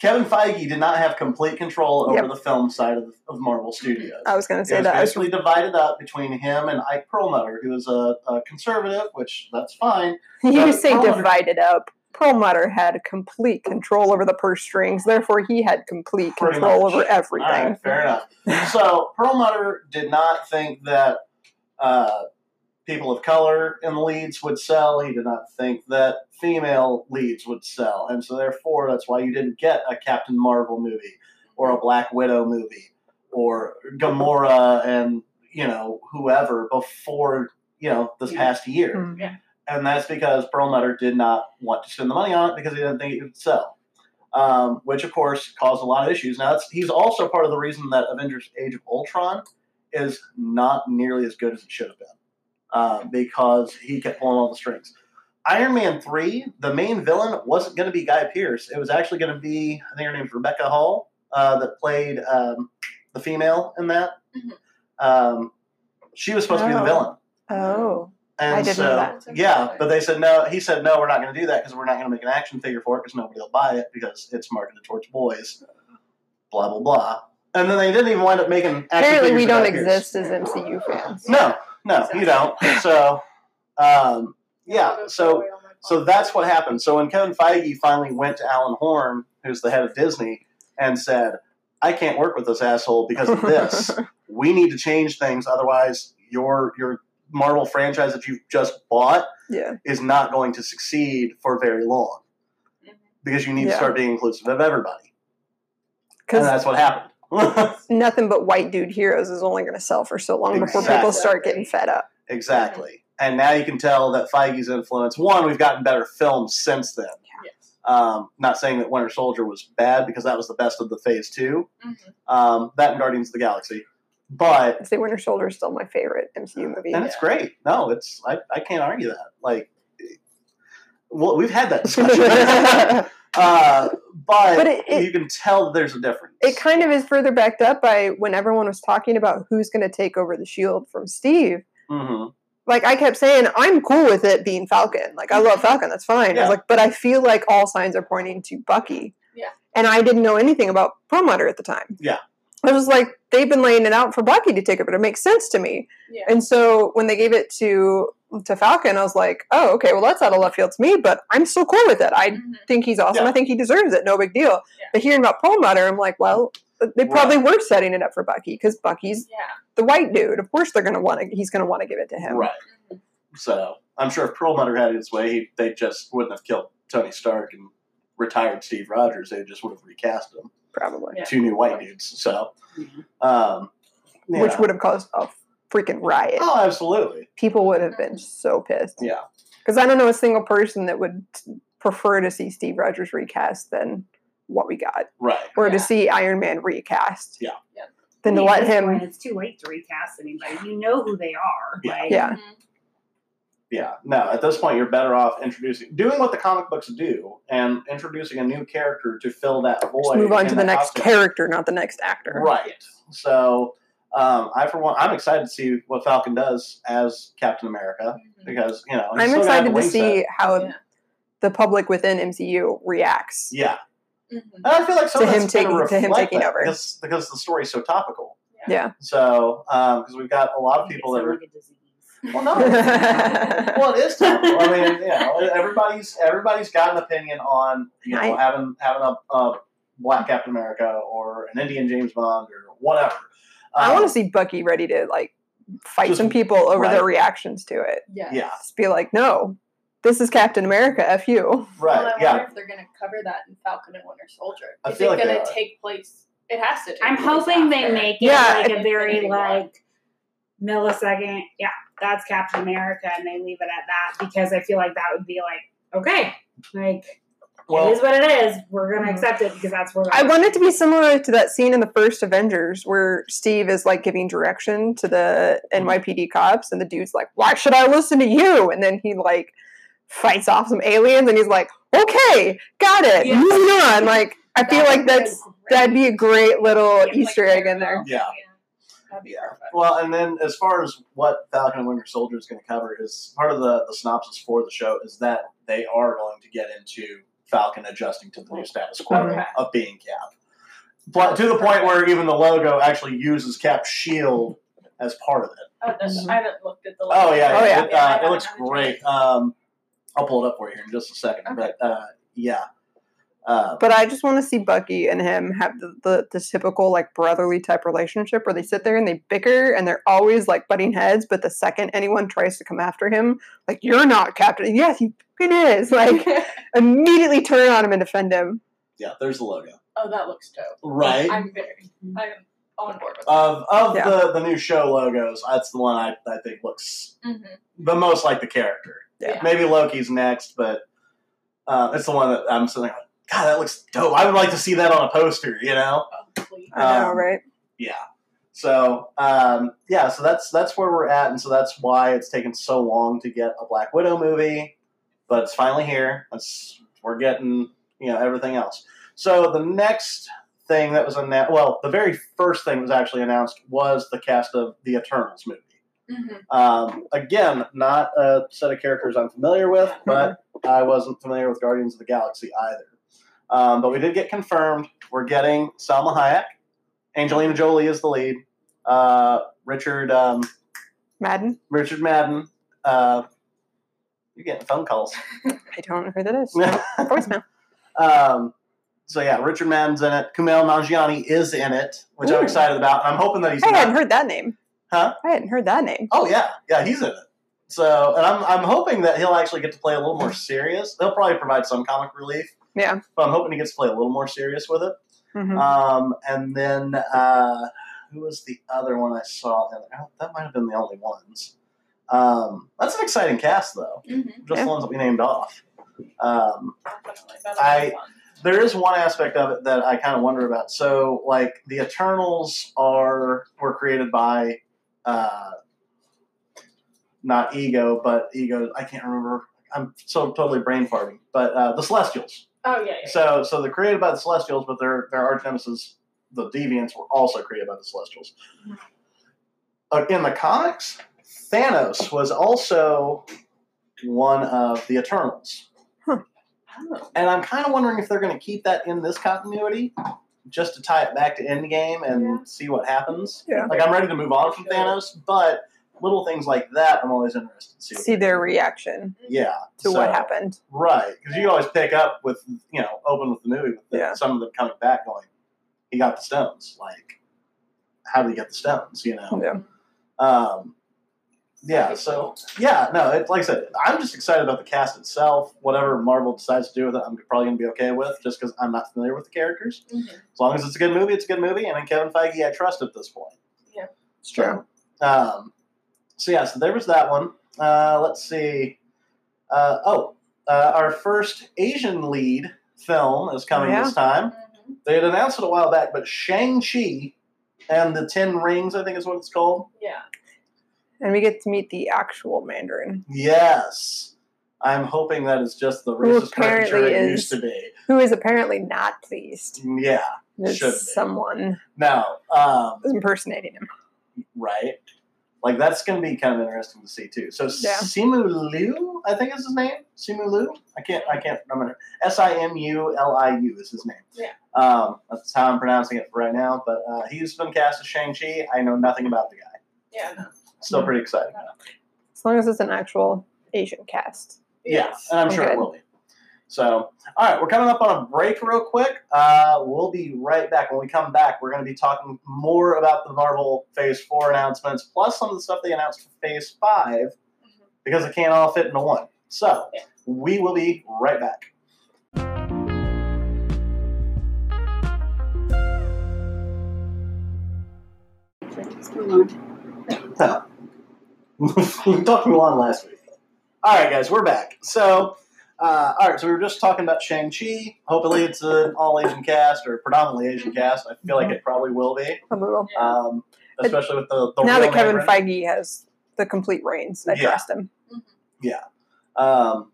Speaker 1: Kevin Feige did not have complete control over
Speaker 2: Yep.
Speaker 1: the film side of, of Marvel Studios.
Speaker 2: I was going to say
Speaker 1: It was
Speaker 2: that. I was-
Speaker 1: basically divided up between him and Ike Perlmutter, who is a, a conservative, which that's fine.
Speaker 2: you say
Speaker 1: Perlmutter-
Speaker 2: divided up. Perlmutter had complete control over the purse strings, therefore he had complete
Speaker 1: Pretty
Speaker 2: control
Speaker 1: much.
Speaker 2: over everything.
Speaker 1: All right, fair enough. So Perlmutter did not think that uh, people of color in leads would sell. He did not think that female leads would sell, and so therefore that's why you didn't get a Captain Marvel movie or a Black Widow movie or Gamora and you know whoever before you know this
Speaker 4: Yeah.
Speaker 1: past year.
Speaker 2: Hmm.
Speaker 1: and that's because Perlmutter did not want to spend the money on it because he didn't think it would sell, um, which of course caused a lot of issues. Now that's, he's also part of the reason that Avengers: Age of Ultron is not nearly as good as it should have been uh, because he kept pulling all the strings. Iron Man three, the main villain wasn't going to be Guy Pearce. It was actually going to be I think her name's Rebecca Hall uh, that played um, the female in that.
Speaker 3: Mhm.
Speaker 1: Um, she was supposed to be the
Speaker 2: Oh.
Speaker 1: villain.
Speaker 2: Oh.
Speaker 1: And
Speaker 2: I didn't
Speaker 1: so,
Speaker 2: know
Speaker 3: that.
Speaker 1: yeah, but they said no. He said no, we're not going to do that because we're not going to make an action figure for it because nobody will buy it because it's marketed towards boys. Blah blah blah. And then they didn't even wind up making. Action
Speaker 2: Apparently, we
Speaker 1: figures
Speaker 2: don't
Speaker 1: about Pierce.
Speaker 2: exist as MCU fans.
Speaker 1: No, no, you don't. So, um, yeah, so so that's what happened. So when Kevin Feige finally went to Alan Horn, who's the head of Disney, and said, "I can't work with this asshole because of this. we need to change things, otherwise your your Marvel franchise that you've just bought
Speaker 2: Yeah.
Speaker 1: is not going to succeed for very long
Speaker 3: Mm-hmm.
Speaker 1: because you need to
Speaker 2: Yeah.
Speaker 1: start being inclusive of everybody, and
Speaker 2: Because
Speaker 1: that's what happened."
Speaker 2: nothing but white dude heroes is only going to sell for so long before
Speaker 1: Exactly.
Speaker 2: people start getting fed up.
Speaker 1: exactly. And now you can tell that Feige's influence. One, we've gotten better films since then.
Speaker 3: Yes.
Speaker 1: Um, not saying that Winter Soldier was bad because that was the best of the Phase Two.
Speaker 2: Mm-hmm.
Speaker 3: Mhm.
Speaker 1: Um, that and Guardians of the Galaxy, but
Speaker 2: I say Winter Soldier is still my favorite MCU movie.
Speaker 1: and it's great. No, it's I, I can't argue that. Like, well, we've had that discussion, uh, but,
Speaker 2: But it- it-
Speaker 1: you can tell that there's a difference.
Speaker 2: it kind of is further backed up by when everyone was talking about who's going to take over the shield from Steve.
Speaker 1: Mhm.
Speaker 2: Like I kept saying, I'm cool with it being Falcon. Like I love Falcon, that's fine. I
Speaker 1: Mm-hmm. Yeah.
Speaker 2: was like, but I feel like all signs are pointing to Bucky.
Speaker 3: Yeah.
Speaker 2: And I didn't know anything about Perlmutter at the time.
Speaker 1: Yeah.
Speaker 2: I was like, they've been laying it out for Bucky to take it, but it makes sense to me.
Speaker 3: Yeah.
Speaker 2: And so when they gave it to to Falcon, I was like, oh, okay, well that's out of left field to me, but I'm still cool with it. I
Speaker 3: Mhm.
Speaker 2: think he's awesome.
Speaker 1: Mm-hmm. Yeah.
Speaker 2: I think he deserves it. No big deal.
Speaker 3: Yeah.
Speaker 2: But hearing about Perlmutter, I'm like, well, they
Speaker 1: Right.
Speaker 2: probably were setting it up for Bucky because Bucky's
Speaker 3: Yeah.
Speaker 2: the white dude. Of course, they're gonna want to. He's gonna want to give it to him.
Speaker 1: right. So I'm sure if Perlmutter had it his way, he, they just wouldn't have killed Tony Stark and retired Steve Rogers. They just would have recast him.
Speaker 2: probably,
Speaker 3: Yeah.
Speaker 1: Two new white dudes. So,
Speaker 4: Mhm.
Speaker 1: um, yeah.
Speaker 2: Mm-hmm. which would have caused a freaking riot.
Speaker 1: oh, absolutely.
Speaker 2: People would have been so pissed.
Speaker 1: Yeah.
Speaker 2: because I don't know a single person that would prefer to see Steve Rogers recast than what we got,
Speaker 1: Right.
Speaker 2: or
Speaker 3: Yeah.
Speaker 2: to see Iron Man recast.
Speaker 1: Yeah.
Speaker 3: Yeah.
Speaker 2: Than to
Speaker 4: I mean, at
Speaker 2: let
Speaker 4: this point,
Speaker 2: him.
Speaker 4: it's too late to recast anybody. You know who they are.
Speaker 1: Yeah.
Speaker 4: Like,
Speaker 2: Yeah.
Speaker 3: Mhm.
Speaker 1: Yeah, no, at this point, you're better off introducing, doing what the comic books do and introducing a new character to fill that void.
Speaker 2: Just move on
Speaker 1: in
Speaker 2: to the next
Speaker 1: costume.
Speaker 2: character, not the next actor.
Speaker 1: Right. So, um, I, for one, I'm excited to see what Falcon does as Captain America
Speaker 3: Mhm.
Speaker 1: because, you know, he's
Speaker 2: I'm
Speaker 1: still gonna have
Speaker 2: excited
Speaker 1: the
Speaker 2: to
Speaker 1: wingset.
Speaker 2: see how
Speaker 3: Yeah.
Speaker 2: the public within MCU reacts.
Speaker 1: Yeah.
Speaker 3: Mhm.
Speaker 1: And I feel like some
Speaker 2: To
Speaker 1: of
Speaker 2: him
Speaker 1: that's gonna
Speaker 2: taking- to him
Speaker 1: reflect
Speaker 2: taking
Speaker 1: that
Speaker 2: over.
Speaker 1: Because, because the story's so topical.
Speaker 2: Yeah.
Speaker 1: So, because we've got a lot of people
Speaker 4: it's
Speaker 1: that are.
Speaker 4: like a disease.
Speaker 1: Well, no. well, it is topical. I mean, you know, everybody's everybody's got an opinion on you know
Speaker 2: I-
Speaker 1: having having a, a black Captain America or an Indian James Bond or whatever.
Speaker 2: I
Speaker 1: Um,
Speaker 2: want to see Bucky ready to like fight
Speaker 1: Just-
Speaker 2: some people over their
Speaker 1: right.
Speaker 2: reactions to it.
Speaker 3: Yes.
Speaker 1: Yeah.
Speaker 2: Just be like, no, this is Captain America. F you.
Speaker 1: Right?
Speaker 3: Well, I
Speaker 1: yeah.
Speaker 3: wonder if they're going to cover that in Falcon and Winter Soldier.
Speaker 1: I
Speaker 3: Is
Speaker 1: feel
Speaker 3: it
Speaker 1: like they
Speaker 3: going
Speaker 1: are.
Speaker 3: to take place? It has to. Take
Speaker 4: I'm
Speaker 3: place
Speaker 4: hoping they
Speaker 3: after.
Speaker 4: make it
Speaker 2: Yeah.
Speaker 4: like a very
Speaker 3: Infinity War.
Speaker 4: like millisecond. Yeah, that's Captain America, and they leave it at that because I feel like that would be like okay, like it is
Speaker 1: Well,
Speaker 4: what it is. We're gonna
Speaker 2: Mhm.
Speaker 4: accept it because that's where
Speaker 2: I want it to be similar to that scene in the first Avengers where Steve is like giving direction to the
Speaker 3: Mm-hmm.
Speaker 2: NYPD cops, and the dude's like, why should I listen to you? And then he like fights off some aliens, and he's like, okay, got it,
Speaker 3: Yeah.
Speaker 2: moving on. Like, I feel like that's That'd be a great little
Speaker 3: Yeah, like
Speaker 2: Easter egg in there.
Speaker 1: Yeah.
Speaker 3: That'd be
Speaker 1: Yeah.
Speaker 3: perfect.
Speaker 1: Well, and then as far as what Falcon and Winter Soldier is going to cover is part of the, the synopsis for the show is that they are going to get into Falcon adjusting to the new status quo
Speaker 3: Okay.
Speaker 1: of being Cap. But to the point where even the logo actually uses Cap's shield as part of it.
Speaker 3: Oh, that's- I haven't looked at the.
Speaker 1: Mm-hmm. Oh yeah,
Speaker 2: Oh, yeah.
Speaker 1: It,
Speaker 3: I
Speaker 1: uh, it
Speaker 3: haven't
Speaker 1: looks
Speaker 3: had a chance.
Speaker 1: great. Um, I'll pull it up for you here in just a second.
Speaker 3: Okay.
Speaker 1: But uh, yeah, uh,
Speaker 2: But I just want to see Bucky and him have the, the, the typical like brotherly type relationship where they sit there and they bicker and they're always like butting heads. But the second anyone tries to come after him, like you're not Captain. Yes, he fucking is. Like immediately turn on him and defend him.
Speaker 1: yeah. There's the logo,
Speaker 3: Oh, that looks dope.
Speaker 1: right?
Speaker 3: I'm very.
Speaker 1: Mm-hmm.
Speaker 3: I'm on board with that.
Speaker 1: of of
Speaker 2: Yeah.
Speaker 1: the, the new show logos, that's the one I, I think looks
Speaker 3: hmm
Speaker 1: the most like the character.
Speaker 2: Yeah.
Speaker 1: Maybe Loki's next, but uh, it's the one that I'm sitting there. like, God, that looks dope. I would like to see that on a poster. You know?
Speaker 3: Oh, please.
Speaker 2: I know,
Speaker 1: Um,
Speaker 2: right?
Speaker 1: Yeah. So um, yeah, so that's that's where we're at, and so that's why it's taken so long to get a Black Widow movie, but it's finally here. That's we're getting you know everything else. So the next thing that was announced, well, the very first thing that was actually announced was the cast of the Eternals movie.
Speaker 3: Mhm.
Speaker 1: Um, again, not a set of characters I'm familiar with, but I wasn't familiar with Guardians of the Galaxy either. Um, but we did get confirmed. We're getting Salma Hayek. Angelina Jolie is the lead. Uh, Richard um,
Speaker 2: Madden.
Speaker 1: Richard Madden. Uh, you're getting phone calls.
Speaker 2: I don't know who that is. Voicemail.
Speaker 1: um, so yeah, Richard Madden's in it. Kumail Nanjiani is in it, which
Speaker 2: Ooh.
Speaker 1: I'm excited about. And I'm hoping that he's
Speaker 2: I
Speaker 1: not
Speaker 2: hadn't heard that name.
Speaker 1: Huh?
Speaker 2: I hadn't heard that name.
Speaker 1: Oh yeah, yeah, he's in it. So, and I'm I'm hoping that he'll actually get to play a little more serious. They'll probably provide some comic relief.
Speaker 2: Yeah.
Speaker 1: but I'm hoping he gets to play a little more serious with it.
Speaker 2: Mhm.
Speaker 1: Um, and then uh, who was the other one I saw? in there? That might have been the only ones. Um, that's an exciting cast though.
Speaker 3: Mhm.
Speaker 1: Just
Speaker 2: Yeah.
Speaker 1: the ones that we named off. Um,
Speaker 3: Definitely. That's
Speaker 1: I-
Speaker 3: fun.
Speaker 1: there is one aspect of it that I kind of wonder about. So, like the Eternals are were created by, uh, not Ego, but Ego. I can't remember. I'm so totally brain farting. But uh, the Celestials.
Speaker 3: Oh yeah. yeah.
Speaker 1: So, so they're created by the Celestials, but their their arch nemesis, the Deviants, were also created by the Celestials. Uh, in the comics, Thanos was also one of the Eternals.
Speaker 3: Oh.
Speaker 1: And I'm kind of wondering if they're going to keep that in this continuity just to tie it back to Endgame and
Speaker 3: Yeah.
Speaker 1: see what happens.
Speaker 2: Yeah.
Speaker 1: Like, I'm ready to move on from
Speaker 3: Sure.
Speaker 1: Thanos, but little things like that, I'm always interested to see. what
Speaker 2: See
Speaker 1: they
Speaker 2: their
Speaker 1: do.
Speaker 2: reaction
Speaker 1: Yeah.
Speaker 2: to what
Speaker 1: so-
Speaker 2: happened.
Speaker 1: Right. Because you always pick up with, you know, open with the movie with the,
Speaker 2: Yeah.
Speaker 1: some of them coming back going, he got the stones. Like, how did he get the stones, you know?
Speaker 2: Yeah.
Speaker 1: Um, yeah, so yeah, no, it, like I said, I'm just excited about the cast itself. Whatever Marvel decides to do with it, I'm probably going to be okay with, just because I'm not familiar with the characters.
Speaker 3: Mhm.
Speaker 1: As long as it's a good movie, it's a good movie, and in Kevin Feige, I trust at this point.
Speaker 2: It's true.
Speaker 1: Um, so yeah, so there was that one. Uh, let's see. Uh, oh, uh, our first Asian lead film is coming
Speaker 2: Yeah.
Speaker 1: this time.
Speaker 3: Mhm.
Speaker 1: They had announced it a while back, but Shang Chi and the Ten Rings, I think is what it's called.
Speaker 3: Yeah.
Speaker 2: And we get to meet the actual Mandarin,
Speaker 1: Yes. I'm hoping that is just the
Speaker 2: Who
Speaker 1: racist caricature
Speaker 2: apparently
Speaker 1: it
Speaker 2: is.
Speaker 1: used to be.
Speaker 2: who is apparently not pleased.
Speaker 1: Yeah.
Speaker 2: There's
Speaker 1: Should be.
Speaker 2: someone
Speaker 1: No. Um,
Speaker 2: impersonating him.
Speaker 1: right. Like that's going to be kind of interesting to see too. So
Speaker 2: Yeah.
Speaker 1: Simu Liu, I think is his name. Simu Liu. I can't. I can't remember. S I M U L I U is his name.
Speaker 3: Yeah.
Speaker 1: Um, that's how I'm pronouncing it for right now. But uh, he's been cast as Shang Chi. I know nothing about the guy.
Speaker 3: Yeah. No.
Speaker 1: Still pretty exciting.
Speaker 2: As long as it's an actual Asian cast.
Speaker 1: Yeah, uh, and I'm sure
Speaker 2: Okay.
Speaker 1: it will be. So, all right, we're coming up on a break real quick. Uh, we'll be right back. When we come back, we're going to be talking more about the Marvel Phase 4 announcements, plus some of the stuff they announced for Phase 5,
Speaker 3: Mhm.
Speaker 1: because it can't all fit into one. So,
Speaker 3: Yeah.
Speaker 1: we will be right back. we talked Mulan last week. All right, guys, we're back. So, uh, all right, so we were just talking about Shang-Chi. Hopefully, it's an all Asian cast or predominantly Asian cast. I feel like it probably will be,
Speaker 2: A little.
Speaker 3: Yeah.
Speaker 1: um,
Speaker 2: But
Speaker 1: especially with the, the
Speaker 2: now
Speaker 1: real
Speaker 2: that Kevin
Speaker 1: Mandarin.
Speaker 2: Feige has the complete reins, I
Speaker 1: Yeah.
Speaker 2: trust him.
Speaker 1: Um,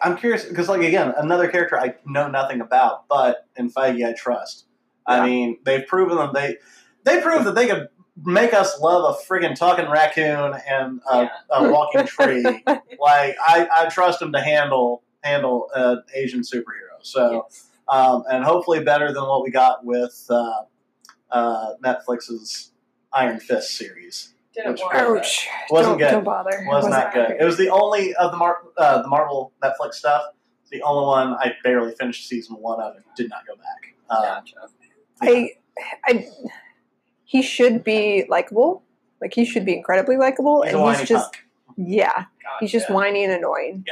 Speaker 1: I'm curious because, like, again, another character I know nothing about, but in Feige I trust. I
Speaker 2: Yeah.
Speaker 1: mean, they've proven them. They they proved that they could make us love a friggin' talking raccoon and a,
Speaker 3: Yeah.
Speaker 1: a walking tree. like I, I trust them to handle handle an Asian superhero. So, um, and hopefully better than what we got with uh, uh, Netflix's Iron Fist series.
Speaker 3: Didn't
Speaker 1: Which
Speaker 3: want
Speaker 1: part?
Speaker 3: it.
Speaker 2: Ouch.
Speaker 1: Wasn't
Speaker 2: don't,
Speaker 1: good.
Speaker 2: Don't bother.
Speaker 1: was
Speaker 2: Wasn't
Speaker 1: not good. It was the only of the Mar- uh, the Marvel Netflix stuff. The only one I barely finished season one of and did not go back. Um,
Speaker 3: Gotcha.
Speaker 2: I, I, he should be likable. Like he should be incredibly likable,
Speaker 1: He's a
Speaker 2: and
Speaker 1: whiny
Speaker 2: he's just yeah,
Speaker 3: Gotcha.
Speaker 2: he's just whiny and annoying.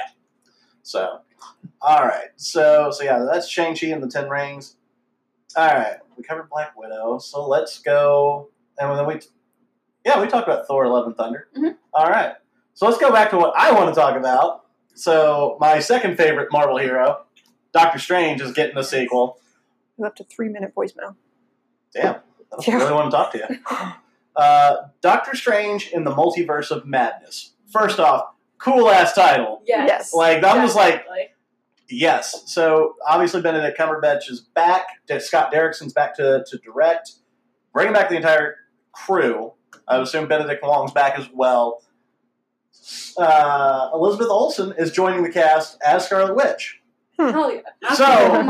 Speaker 1: So, all right. So, so yeah, that's Shang Chi and the Ten Rings. All right, we covered Black Widow. So let's go, and then we, yeah, we talked about Thor: Love and Thunder.
Speaker 2: Mm-hmm.
Speaker 3: Mhm.
Speaker 1: All right. So let's go back to what I want to talk about. So my second favorite Marvel hero, Doctor Strange, is getting a sequel.
Speaker 2: He left a three-minute voicemail.
Speaker 1: Damn, I don't
Speaker 2: Yeah.
Speaker 1: really want to talk to you. Uh, Doctor Strange in the Multiverse of Madness. First off, cool ass title.
Speaker 3: Yes.
Speaker 2: Yes.
Speaker 1: Like that was like
Speaker 3: Definitely.
Speaker 1: Yes. So obviously Benedict Cumberbatch is back. Scott Derrickson's back to, to direct. Bringing back the entire crew. I would assume Benedict Wong's back as well. Uh, Elizabeth Olsen is joining the cast as Scarlet Witch.
Speaker 3: Hell yeah.
Speaker 1: hmm.
Speaker 3: Oh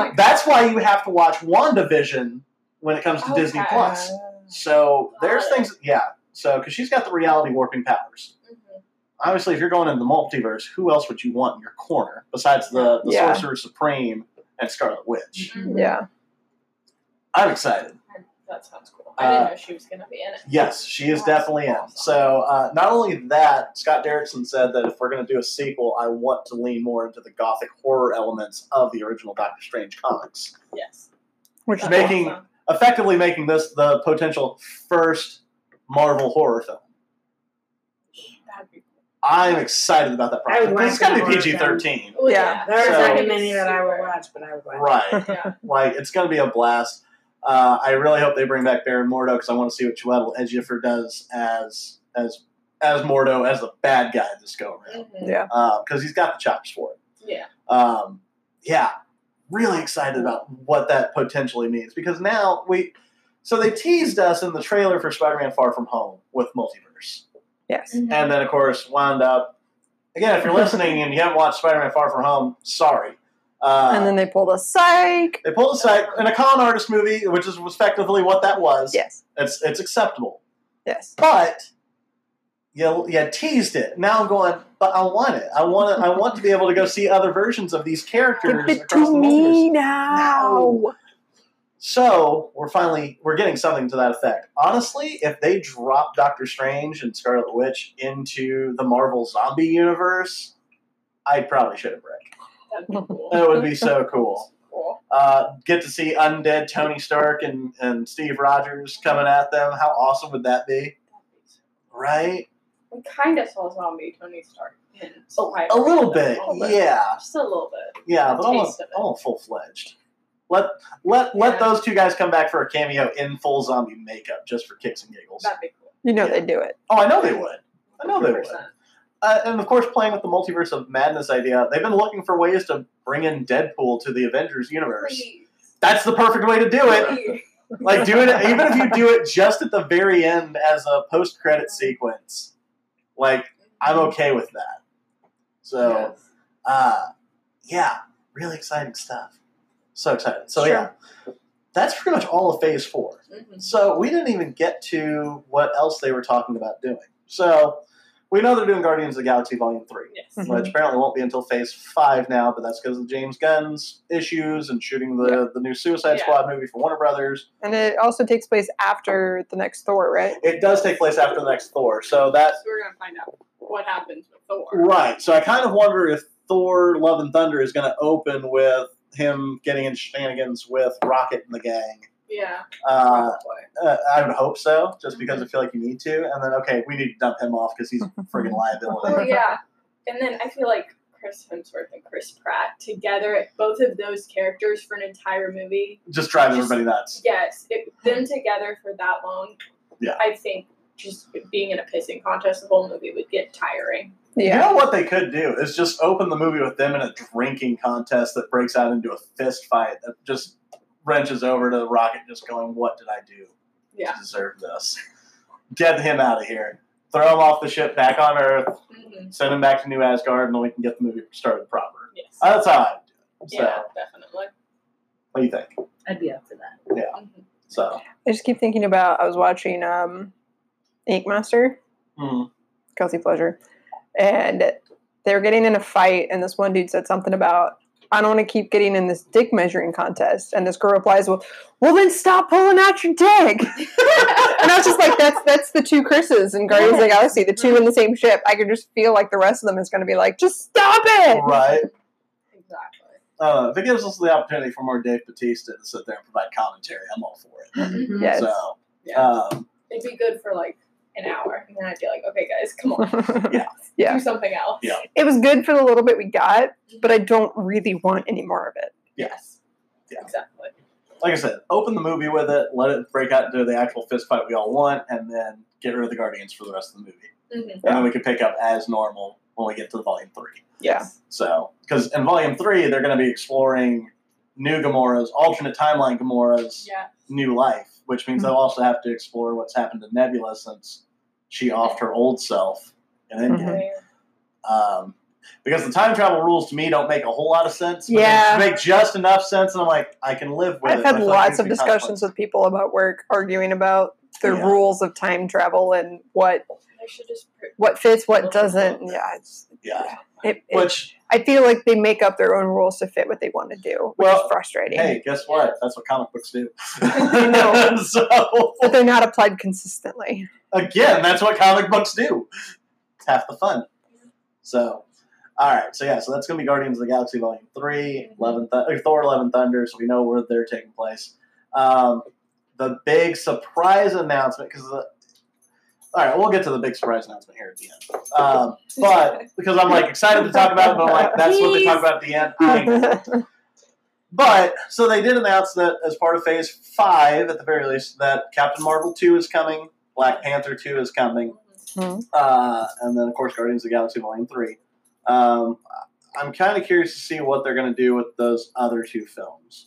Speaker 1: So that's why you have to watch WandaVision when it comes to Disney
Speaker 2: Uh,
Speaker 3: Okay.
Speaker 1: Plus. So there's
Speaker 3: Got it.
Speaker 1: things, yeah. So because she's got the reality warping powers.
Speaker 3: Mhm.
Speaker 1: Obviously, if you're going into the multiverse, who else would you want in your corner besides the, the
Speaker 2: Yeah.
Speaker 1: Sorcerer Supreme and Scarlet Witch?
Speaker 3: Mhm.
Speaker 2: Yeah,
Speaker 1: I'm excited.
Speaker 3: That sounds cool. I didn't
Speaker 1: Uh,
Speaker 3: know she was gonna be in it.
Speaker 1: Yes, she is
Speaker 3: That's
Speaker 1: definitely in.
Speaker 3: awesome.
Speaker 1: So, uh, not only that, Scott Derrickson said that if we're going to do a sequel, I want to lean more into the gothic horror elements of the original Doctor Strange comics,
Speaker 3: Yes.
Speaker 2: which
Speaker 1: It's
Speaker 3: That's
Speaker 1: making-
Speaker 3: awesome.
Speaker 1: effectively making this the potential first Marvel horror film.
Speaker 3: That'd be cool.
Speaker 1: I'm excited about that
Speaker 4: I
Speaker 1: project.
Speaker 4: would
Speaker 1: But It's
Speaker 4: watch
Speaker 1: got to
Speaker 4: a
Speaker 1: be
Speaker 4: horror
Speaker 1: PG 13.
Speaker 3: Well,
Speaker 2: Yeah.
Speaker 4: There's
Speaker 1: So-
Speaker 4: not many that I would watch, but I would watch.
Speaker 1: Right.
Speaker 3: Yeah.
Speaker 1: like, it's going to be a blast. Uh, I really hope they bring back Baron Mordo because I want to see what Chiwetel Ejiofor does as as as Mordo as the bad guy this go around.
Speaker 3: Mhm.
Speaker 2: yeah.
Speaker 1: because he's got the chops for it.
Speaker 3: Yeah.
Speaker 1: Um, yeah, really excited about what that potentially means because now we. So they teased us in the trailer for Spider-Man: Far From Home with multiverse,
Speaker 2: Yes.
Speaker 3: Mhm.
Speaker 1: and then of course wound up. Again, if you're listening and you haven't watched Spider-Man: Far From Home, sorry. Uh,
Speaker 2: and then they pulled a psych.
Speaker 1: they pulled a site in a con artist movie, which is effectively what that was.
Speaker 2: Yes.
Speaker 1: It's it's acceptable,
Speaker 2: Yes.
Speaker 1: but you you teased it. Now I'm going, but I want it. I want to, I want to be able to go see other versions of these characters
Speaker 2: Give it
Speaker 1: across
Speaker 2: to
Speaker 1: the
Speaker 2: me
Speaker 1: multiverse.
Speaker 2: now.
Speaker 1: So we're finally we're getting something to that effect. Honestly, if they drop Doctor Strange and Scarlet Witch into the Marvel zombie universe, I probably should have brick.
Speaker 3: That'd be cool.
Speaker 1: That would be so cool.
Speaker 3: cool.
Speaker 1: Uh, get to see undead Tony Stark and, and Steve Rogers coming at them. How awesome would that be? Right?
Speaker 3: We kind of saw zombie Tony Stark in Spider-Man,
Speaker 1: A little bit,
Speaker 3: a little
Speaker 1: yeah.
Speaker 3: Just a little bit.
Speaker 1: Yeah,
Speaker 3: a
Speaker 1: but almost,
Speaker 3: taste of it.
Speaker 1: almost full fledged. Let let let
Speaker 3: Yeah.
Speaker 1: those two guys come back for a cameo in full zombie makeup just for kicks and giggles.
Speaker 3: That'd be cool.
Speaker 2: You know
Speaker 1: Yeah.
Speaker 2: they do it.
Speaker 1: Oh, I know they would. I know they would.
Speaker 3: 100%.
Speaker 1: Uh, and of course, playing with the multiverse of madness idea, they've been looking for ways to bring in Deadpool to the Avengers universe.
Speaker 3: Please.
Speaker 1: That's the perfect way to do it.
Speaker 3: Please.
Speaker 1: Like do it even if you do it just at the very end as a post credit sequence. Like I'm okay with that. So
Speaker 3: Yes.
Speaker 1: uh, yeah, really exciting stuff. So excited. So
Speaker 2: Sure.
Speaker 1: yeah, that's pretty much all of Phase Four.
Speaker 3: Mhm.
Speaker 1: So we didn't even get to what else they were talking about doing. So we know they're doing Guardians of the Galaxy Volume 3
Speaker 3: Yes.
Speaker 2: Mhm.
Speaker 1: which apparently won't be until Phase Five now, but that's because of James Gunn's issues and shooting the the new Suicide
Speaker 3: Yeah.
Speaker 1: Squad movie for Warner Brothers.
Speaker 2: And it also takes place after the next Thor, right?
Speaker 1: It does take place after the next Thor, so that
Speaker 3: So we're gonna find out what happens with Thor.
Speaker 1: Right. So I kind of wonder if Thor: Love and Thunder is going to open with him getting in shenanigans with Rocket and the gang.
Speaker 3: Yeah.
Speaker 1: Uh,
Speaker 3: probably.
Speaker 1: uh, I would hope so, just because
Speaker 3: Mm-hmm.
Speaker 1: I feel like you need to. And then, okay, we need to dump him off because he's a friggin'
Speaker 3: Well,
Speaker 1: liability.
Speaker 3: yeah. And then I feel like Chris Hemsworth and Chris Pratt together, both of those characters for an entire movie.
Speaker 1: Just drive
Speaker 3: Just-
Speaker 1: everybody nuts.
Speaker 3: Yes, it, them together for that long.
Speaker 1: Yeah.
Speaker 3: I think just being in a pissing contest the whole movie would get tiring.
Speaker 1: You
Speaker 2: Yeah.
Speaker 1: know what they could do is just open the movie with them in a drinking contest that breaks out into a fist fight that just wrenches over to the rocket, just going, "What did I do
Speaker 3: Yeah.
Speaker 1: to deserve this? Get him out of here. Throw him off the ship, back on Earth.
Speaker 3: hmm
Speaker 1: Send him back to New Asgard, and then we can get the movie started proper."
Speaker 3: Yes.
Speaker 1: That's how I do it. So,
Speaker 3: yeah, definitely.
Speaker 1: what do you think?
Speaker 4: I'd be up for that.
Speaker 3: Mhm.
Speaker 1: So,
Speaker 2: I just keep thinking about I was watching um, Ink Master,
Speaker 1: mm,
Speaker 2: Kelsey Pleasure, and they were getting in a fight, and this one dude said something about I don't want to keep getting in this dick measuring contest, and this girl replies, "Well, well then stop pulling out your dick." and I was just like, "That's that's the two curses in Guardians of the Galaxy, the two in the same ship." I could just feel like the rest of them is going to be like, "Just stop it."
Speaker 1: right.
Speaker 3: Exactly.
Speaker 1: Uh, if it gives us the opportunity for more Dave Batista to sit there and provide commentary, I'm all for it.
Speaker 2: Yes.
Speaker 1: So,
Speaker 3: Yeah.
Speaker 1: um,
Speaker 3: It'd be good for like an hour, and then I'd be like, okay, guys, come on,
Speaker 2: yeah.
Speaker 3: do something else.
Speaker 1: Yeah.
Speaker 2: It was good for the little bit we got, but I don't really want any more of it.
Speaker 3: Yes.
Speaker 1: Yeah.
Speaker 3: Exactly.
Speaker 1: like I said, open the movie with it, let it break out into the actual fist fight we all want, and then get rid of the Guardians for the rest of the movie.
Speaker 3: hmm
Speaker 1: And then we can pick up as normal when we get to the volume three.
Speaker 2: Yeah.
Speaker 1: So, because in volume three, they're going to be exploring new Gamoras, alternate timeline Gamoras,
Speaker 3: Yeah.
Speaker 1: new life, which means they'll also have to explore what's happened to Nebula since she offed her old self and then
Speaker 2: Mhm.
Speaker 1: um, because the time travel rules to me don't make a whole lot of sense. but
Speaker 2: Yeah.
Speaker 1: they make just enough sense, and I'm like, I can live with it.
Speaker 2: I've
Speaker 1: but I
Speaker 2: had
Speaker 1: feel like
Speaker 2: lots
Speaker 1: it
Speaker 2: of
Speaker 1: needs to be
Speaker 2: discussions
Speaker 1: complex.
Speaker 2: with people about work arguing about the
Speaker 1: Yeah.
Speaker 2: rules of time travel and what
Speaker 3: I should just. pr-
Speaker 2: what fits, what doesn't. Yeah, it's,
Speaker 1: yeah,
Speaker 2: it, it-
Speaker 1: which
Speaker 2: I feel like they make up their own rules to fit what they want to do, which
Speaker 1: Well,
Speaker 2: is frustrating.
Speaker 1: hey, guess what? That's what comic books do.
Speaker 2: know.
Speaker 1: so
Speaker 2: But they're not applied consistently.
Speaker 1: again, that's what comic books do. It's half the fun. So, all right. So yeah. So that's gonna be Guardians of the Galaxy Volume Three,
Speaker 3: Mhm.
Speaker 1: 11 Thu- or Thor: Eleven Thunder. So we know where they're taking place. Um, the big surprise announcement because the. All right, we'll get to the big surprise announcement here at the end. Um, but because I'm like excited to talk about it, but I'm like that's what they talk about at the end. I know. But so they did announce that as part of Phase Five, at the very least, that Captain Marvel Two is coming, Black Panther Two is coming,
Speaker 3: Mm-hmm.
Speaker 1: uh, and then of course Guardians of the Galaxy Volume Three. Um, I'm kind of curious to see what they're going to do with those other two films.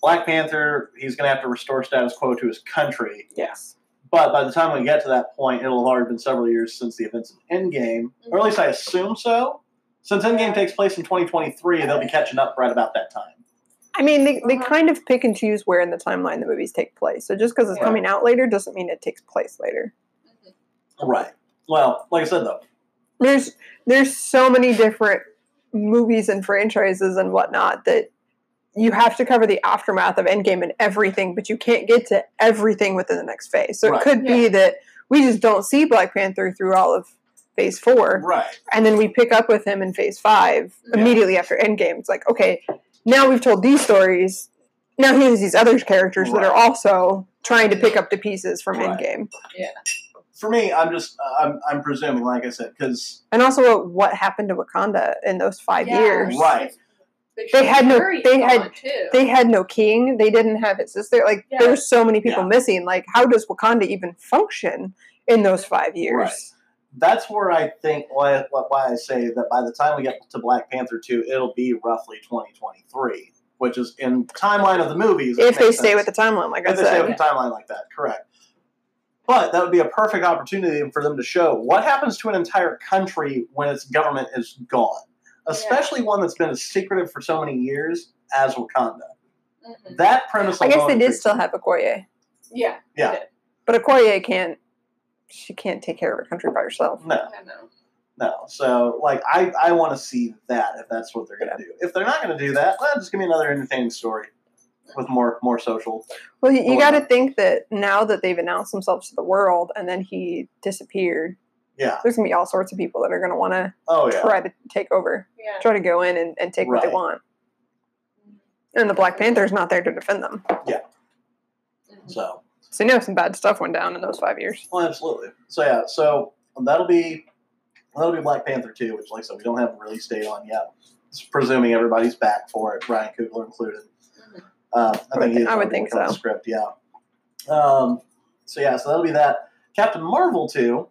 Speaker 1: Black Panther, he's going to have to restore status quo to his country,
Speaker 2: yes.
Speaker 1: but by the time we get to that point, it'll have already been several years since the events of Endgame, or at least I assume so. Since Endgame takes place in 2023, they'll be catching up right about that time.
Speaker 2: I mean, they, they
Speaker 3: Uh-huh.
Speaker 2: kind of pick and choose where in the timeline the movies take place. So just because it's
Speaker 1: Yeah.
Speaker 2: coming out later doesn't mean it takes place later.
Speaker 3: Mhm.
Speaker 1: Right. Well, like I said though,
Speaker 2: there's there's so many different movies and franchises and whatnot that you have to cover the aftermath of Endgame and everything, but you can't get to everything within the next phase. So
Speaker 1: Right.
Speaker 2: it could
Speaker 3: Yeah.
Speaker 2: be that we just don't see Black Panther through all of phase four,
Speaker 1: right.
Speaker 2: and then we pick up with him in phase five
Speaker 3: Yeah.
Speaker 2: immediately after Endgame. It's like, okay, now we've told these stories. Now here's these other characters that are
Speaker 1: Right.
Speaker 2: also trying to pick up the pieces from
Speaker 1: Right.
Speaker 2: Endgame.
Speaker 1: For me, I'm just uh, I'm I'm presuming, like I said, because
Speaker 2: And also what, what happened to Wakanda in those five
Speaker 3: Yeah.
Speaker 2: years.
Speaker 1: Right.
Speaker 2: They had no-
Speaker 3: Shuri
Speaker 2: they
Speaker 3: gone,
Speaker 2: had-
Speaker 3: too.
Speaker 2: they had no king. They didn't have his sister. Like
Speaker 3: Yeah.
Speaker 2: there were so many people
Speaker 1: Yeah.
Speaker 2: missing. Like how does Wakanda even function in those five years?
Speaker 1: that's where I think why why I say that by the time we get to Black Panther two, it'll be roughly 2023, which is in timeline of the movies. it
Speaker 2: If they
Speaker 1: makes
Speaker 2: stay
Speaker 1: sense.
Speaker 2: with the timeline, like I
Speaker 1: if they stay with
Speaker 2: said,
Speaker 1: the timeline like that, correct. But that would be a perfect opportunity for them to show what happens to an entire country when its government is gone, especially one that's been as secretive for so many years as Wakanda.
Speaker 3: Mhm.
Speaker 1: That premise.
Speaker 2: I guess
Speaker 1: alone
Speaker 2: they did
Speaker 1: intrigues
Speaker 2: still
Speaker 1: me.
Speaker 2: have Okoye,
Speaker 3: Yeah.
Speaker 1: Yeah.
Speaker 3: they did.
Speaker 2: but Okoye can't. She can't take care of her country by herself.
Speaker 1: No,
Speaker 3: I know.
Speaker 1: no. So, like, I, I want to see that if that's what they're going to do. If they're not going to do that, well, just give me another entertaining story with more more social.
Speaker 2: Well, you, you
Speaker 1: Well,
Speaker 2: got to think that now that they've announced themselves to the world, and then he disappeared.
Speaker 1: Yeah.
Speaker 2: There's gonna be all sorts of people that are gonna want to
Speaker 1: Oh yeah.
Speaker 2: try to take over,
Speaker 3: Yeah.
Speaker 2: try to go in and, and take what they
Speaker 1: Right.
Speaker 2: want. And the Black Panther's not there to defend them.
Speaker 3: Mhm.
Speaker 1: So,
Speaker 2: So you know some bad stuff went down in those five years.
Speaker 1: well, absolutely. So yeah. So that'll be that'll be Black Panther two, which, like I said, we don't have a release date on yet. It's presuming everybody's back for it, Brian Coogler included.
Speaker 3: Mhm.
Speaker 1: Uh, I think he is
Speaker 2: I would
Speaker 1: already
Speaker 2: think
Speaker 1: working on the
Speaker 2: so.
Speaker 1: Script, yeah. Um, so yeah, so that'll be that. Captain Marvel two.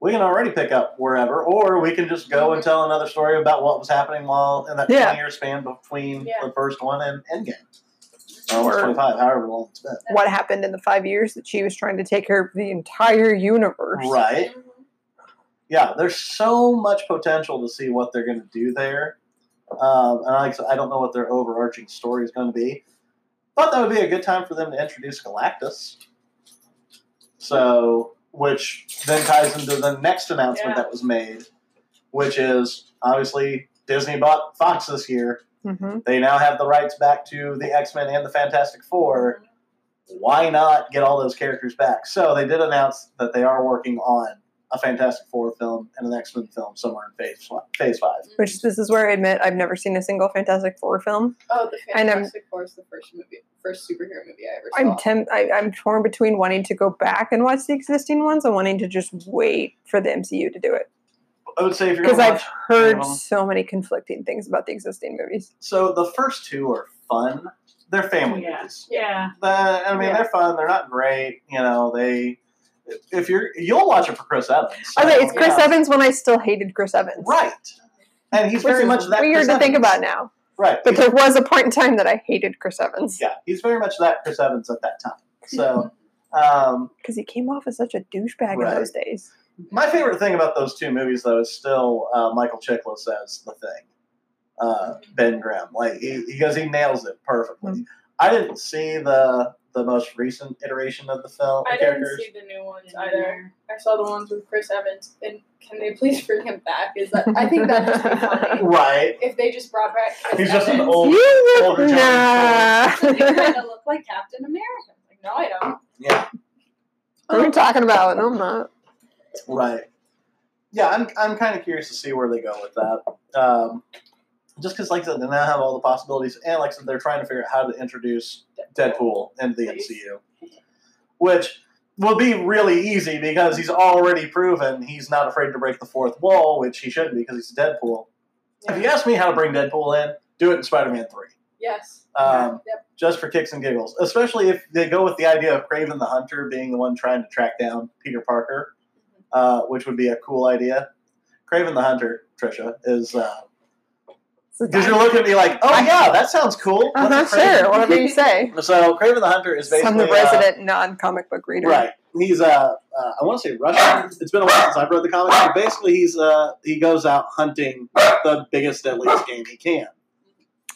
Speaker 1: We can already pick up wherever, or we can just go and tell another story about what was happening while in that
Speaker 2: Yeah.
Speaker 1: twenty year span between
Speaker 3: Yeah.
Speaker 1: the first one and Endgame. almost
Speaker 3: Mm-hmm.
Speaker 2: Or-
Speaker 1: 25, however long it's been.
Speaker 2: what happened in the five years that she was trying to take care of the entire universe.
Speaker 1: Right.
Speaker 3: Mm-hmm.
Speaker 1: Yeah, there's so much potential to see what they're going to do there. Um, and like I said, I don't know what their overarching story is going to be. But that would be a good time for them to introduce Galactus. So, which then ties into the next announcement
Speaker 3: Yeah.
Speaker 1: that was made, which is obviously Disney bought Fox this year.
Speaker 2: hmm
Speaker 1: They now have the rights back to the X Men and the Fantastic Four. why not get all those characters back? So they did announce that they are working on a Fantastic Four film and an X Men film somewhere in Phase fi- Phase Five.
Speaker 2: Which this is where I admit I've never seen a single Fantastic Four film.
Speaker 3: Oh, the
Speaker 2: And I'm-
Speaker 3: Fantastic Four is the first movie, first superhero movie I ever saw.
Speaker 2: I'm tem- I, I'm torn between wanting to go back and watch the existing ones and wanting to just wait for the MCU to do it
Speaker 1: I would say if you're
Speaker 2: because
Speaker 1: gonna
Speaker 2: I've
Speaker 1: watch,
Speaker 2: heard
Speaker 1: Yeah.
Speaker 2: so many conflicting things about the existing movies.
Speaker 1: so the first two are fun. They're family
Speaker 4: Yeah.
Speaker 1: movies.
Speaker 4: Yeah.
Speaker 1: The- I mean,
Speaker 3: Yeah.
Speaker 1: they're fun. They're not great. You know, they if you're you'll watch it for Chris Evans. so,
Speaker 2: Okay, it's Chris
Speaker 1: yeah.
Speaker 2: Evans when I still hated Chris Evans.
Speaker 1: right? And he's
Speaker 2: Which
Speaker 1: very
Speaker 2: is
Speaker 1: much that
Speaker 2: weird
Speaker 1: Chris
Speaker 2: to think
Speaker 1: Evans.
Speaker 2: about now.
Speaker 1: Right,
Speaker 2: But there was a point in time that I hated Chris Evans
Speaker 1: yeah, he's very much that Chris Evans at that time. So. Um,
Speaker 2: because he came off as such a douchebag
Speaker 1: Right.
Speaker 2: in those days.
Speaker 1: My favorite thing about those two movies, though, is still uh, Michael Chiklis as the thing, uh, Ben Grimm. Like he, he goes, he nails it perfectly.
Speaker 3: Mm-hmm.
Speaker 2: Mhm.
Speaker 1: I didn't see the the most recent iteration of the film.
Speaker 3: I
Speaker 1: the
Speaker 3: didn't
Speaker 1: characters.
Speaker 3: see the new ones either. I saw the ones with Chris Evans. And can they please bring him back? Is that I think that'd just be funny
Speaker 1: Right.
Speaker 3: if they just brought back. Chris
Speaker 1: He's just an
Speaker 3: Evans.
Speaker 1: old-
Speaker 2: You look-
Speaker 1: older Johnny
Speaker 3: They kind
Speaker 2: nah.
Speaker 3: of look like Captain America. Like, no, I don't.
Speaker 1: Yeah.
Speaker 2: what are you talking about? No, I'm not.
Speaker 1: Right. Yeah, I'm I'm kind of curious to see where they go with that. Um, just because, like I said, they now have all the possibilities, and like I said, they're trying to figure out how to introduce Deadpool into the MCU, which will be really easy because he's already proven he's not afraid to break the fourth wall, which he shouldn't because he's Deadpool. If you ask me how to bring Deadpool in, do it in Spider-Man Three,
Speaker 3: Yes.
Speaker 1: um,
Speaker 3: Yep.
Speaker 1: just for kicks and giggles. Especially if they go with the idea of Craven the Hunter being the one trying to track down Peter Parker, uh, which would be a cool idea. Craven the Hunter, Trisha, is because you're looking at me like, oh yeah, that sounds cool. What's a
Speaker 2: Uh-huh,
Speaker 1: Kraven?
Speaker 2: sure, whatever you say.
Speaker 1: So Craven the Hunter is basically
Speaker 2: I'm the
Speaker 1: uh,
Speaker 2: resident non-comic book reader.
Speaker 1: Right. He's uh, uh I want to say Russian. It's been a while since I've read the comics. But basically, he's uh, he goes out hunting the biggest, deadliest game he can.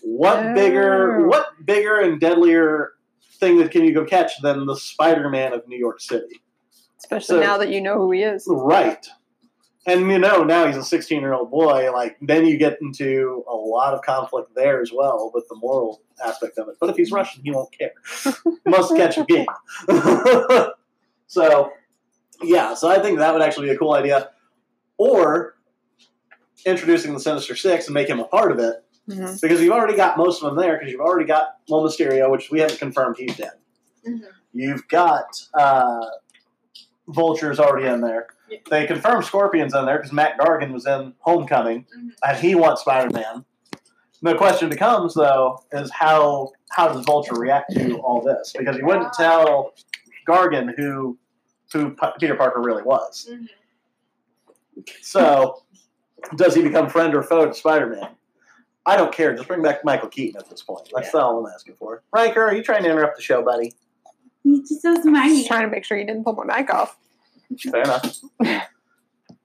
Speaker 1: What
Speaker 2: Oh.
Speaker 1: bigger, what bigger and deadlier thing that can you go catch than the Spider-Man of New York City?
Speaker 2: Especially
Speaker 1: So-
Speaker 2: now that you know who he is.
Speaker 1: Right. And you know now he's a 16 year old boy. Like then you get into a lot of conflict there as well with the moral aspect of it. But if he's Russian, he won't care. Must catch a game. so yeah, so I think that would actually be a cool idea. Or introducing the Sinister Six and make him a part of it
Speaker 2: Mhm.
Speaker 1: because you've already got most of them there because you've already got Lil Mysterio, which we haven't confirmed he's dead.
Speaker 3: Mhm.
Speaker 1: You've got uh, Vulture's already in there.
Speaker 3: Yeah.
Speaker 1: They confirmed Scorpion's in there because Matt Gargan was in Homecoming,
Speaker 3: Mhm.
Speaker 1: and he wants Spider-Man. The question becomes, though, is how how does Vulture react to all this? Because he wouldn't tell Gargan who who P- Peter Parker really was.
Speaker 3: Mhm.
Speaker 1: So, does he become friend or foe to Spider-Man? I don't care. Just bring back Michael Keaton at this point. That's all I'm asking for. Riker, are you trying to interrupt the show, buddy?
Speaker 4: He just does
Speaker 2: Just
Speaker 4: money.
Speaker 2: trying to make sure you didn't pull my mic off.
Speaker 1: Fair enough.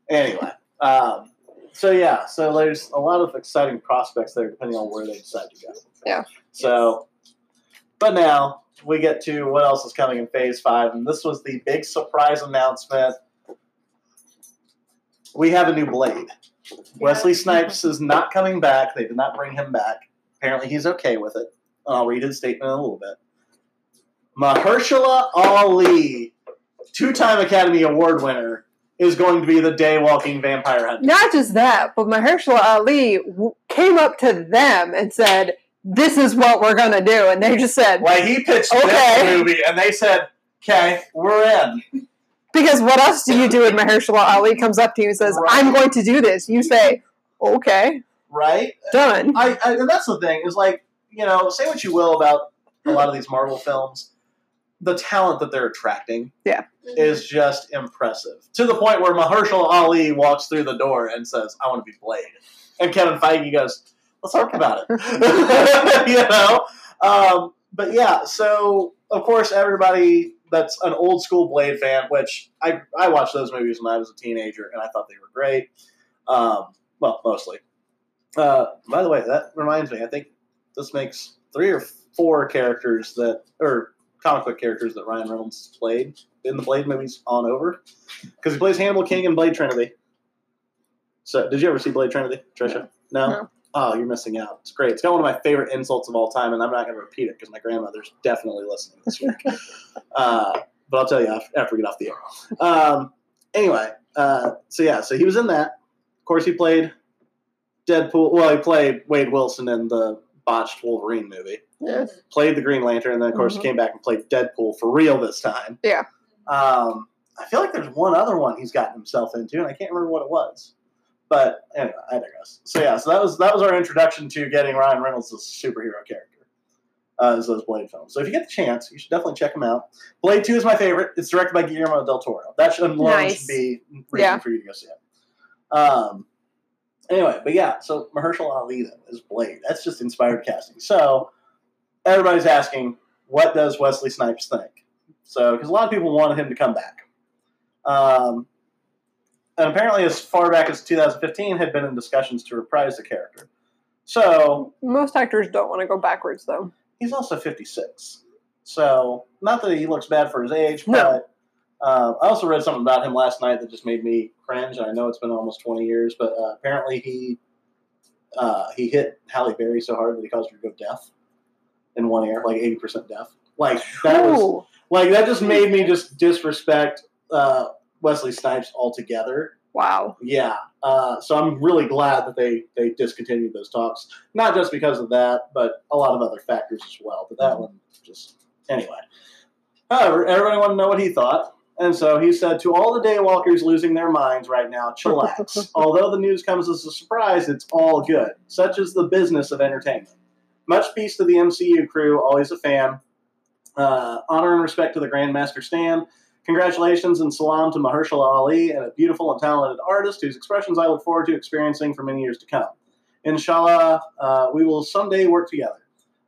Speaker 1: anyway, um, so yeah, so there's a lot of exciting prospects there, depending on where they decide to go.
Speaker 2: Yeah.
Speaker 1: So, but now we get to what else is coming in Phase Five, and this was the big surprise announcement. We have a new Blade. Wesley Snipes is not coming back. They did not bring him back. Apparently, he's okay with it. I'll read his statement in a little bit. Mahershala Ali, two-time Academy Award winner, is going to be the day-walking vampire hunter.
Speaker 2: Not just that, but Mahershala Ali w- came up to them and said, "This is what we're gonna do," and they just said,
Speaker 1: Like he pitched
Speaker 2: Okay.
Speaker 1: this movie, and they said, "Okay, we're in."
Speaker 2: Because what else do you do when Mahershala Ali comes up to you and says,
Speaker 1: Right.
Speaker 2: "I'm going to do this"? You say, "Okay,
Speaker 1: Right?
Speaker 2: done."
Speaker 1: I, I and that's the thing is like you know say what you will about a lot of these Marvel films, the talent that they're attracting.
Speaker 3: Mm-hmm.
Speaker 1: is just impressive to the point where Mahershala Ali walks through the door and says, "I want to be Blade," and Kevin Feige goes, "Let's talk about it." you know, um, but yeah, so of course everybody that's an old school Blade fan, which I I watched those movies when I was a teenager and I thought they were great. Um, well, mostly. Uh, by the way, that reminds me. I think this makes three or four characters that or comic book characters that Ryan Reynolds has played in the Blade movies on over because he plays Hannibal King in Blade Trinity. So, did you ever see Blade Trinity, Trisha? No.
Speaker 2: No.
Speaker 1: Oh, you're missing out. It's great. It's got one of my favorite insults of all time, and I'm not going to repeat it because my grandmother's definitely listening this week. uh, but I'll tell you af- after we get off the air. Um, anyway, uh, so yeah, so he was in that. Of course, he played Deadpool. Well, he played Wade Wilson in the botched Wolverine movie
Speaker 3: Mm-hmm.
Speaker 2: Yes.
Speaker 1: played the Green Lantern, and then of course
Speaker 2: Mhm.
Speaker 1: came back and played Deadpool for real this time.
Speaker 2: Yeah.
Speaker 1: Um, I feel like there's one other one he's gotten himself into, and I can't remember what it was. But anyway, I digress. So yeah, so that was that was our introduction to getting Ryan Reynolds as a superhero character. Uh, is those Blade films. So if you get the chance, you should definitely check them out. Blade Two is my favorite. It's directed by Guillermo del Toro. That should alone
Speaker 2: Nice.
Speaker 1: should be reason
Speaker 2: Yeah.
Speaker 1: for you to go see it. Um, anyway, but yeah, so Mahershala Ali though is Blade. That's just inspired casting. So everybody's asking, what does Wesley Snipes think? So, because a lot of people wanted him to come back. Um, and apparently, as far back as 2015, had been in discussions to reprise the character. So,
Speaker 2: Most actors don't want to go backwards, though.
Speaker 1: he's also 56. So, not that he looks bad for his age,
Speaker 2: No.
Speaker 1: but um, I also read something about him last night that just made me cringe. And I know it's been almost 20 years, but uh, apparently he uh, he hit Halle Berry so hard that he caused her to go deaf in one ear, like 80% deaf. Like, that was
Speaker 2: Ooh.
Speaker 1: like that just made me just disrespect uh, Wesley Snipes altogether.
Speaker 2: wow.
Speaker 1: Yeah. Uh, so I'm really glad that they they discontinued those talks, not just because of that, but a lot of other factors as well. But that one just anyway. However, everybody wanted to know what he thought. And so he said to all the daywalkers losing their minds right now, chillax. Although the news comes as a surprise, it's all good. Such is the business of entertainment. Much peace to the MCU crew, always a fan. Uh, honor and respect to the Grandmaster Stan. Congratulations and salam to Mahershala Ali and a beautiful and talented artist whose expressions I look forward to experiencing for many years to come. Inshallah, uh, we will someday work together.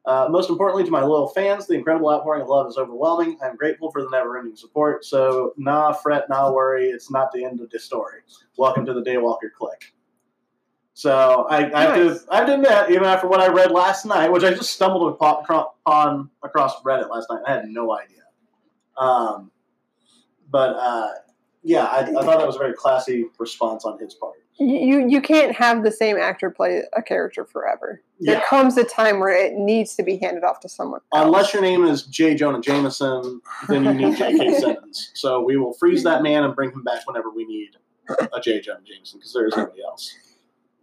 Speaker 1: Uh, most importantly, to my loyal fans, the incredible outpouring of love is overwhelming. I'm grateful for the never ending support. So, nah fret, nah worry. It's not the end of the story. Welcome to the Daywalker Click. So, I, I, have to,
Speaker 2: Nice.
Speaker 1: I have to admit, even after what I read last night, which I just stumbled upon upon across Reddit last night, I had no idea. Um, but uh, yeah, I, I thought that was a very classy response on his part.
Speaker 2: You you can't have the same actor play a character forever. There comes a time where it needs to be handed off to someone.
Speaker 1: Unless your name is J. Jonah Jameson, then you need J.K. Simmons. So we will freeze that man and bring him back whenever we need a J. Jonah Jameson because there is nobody else.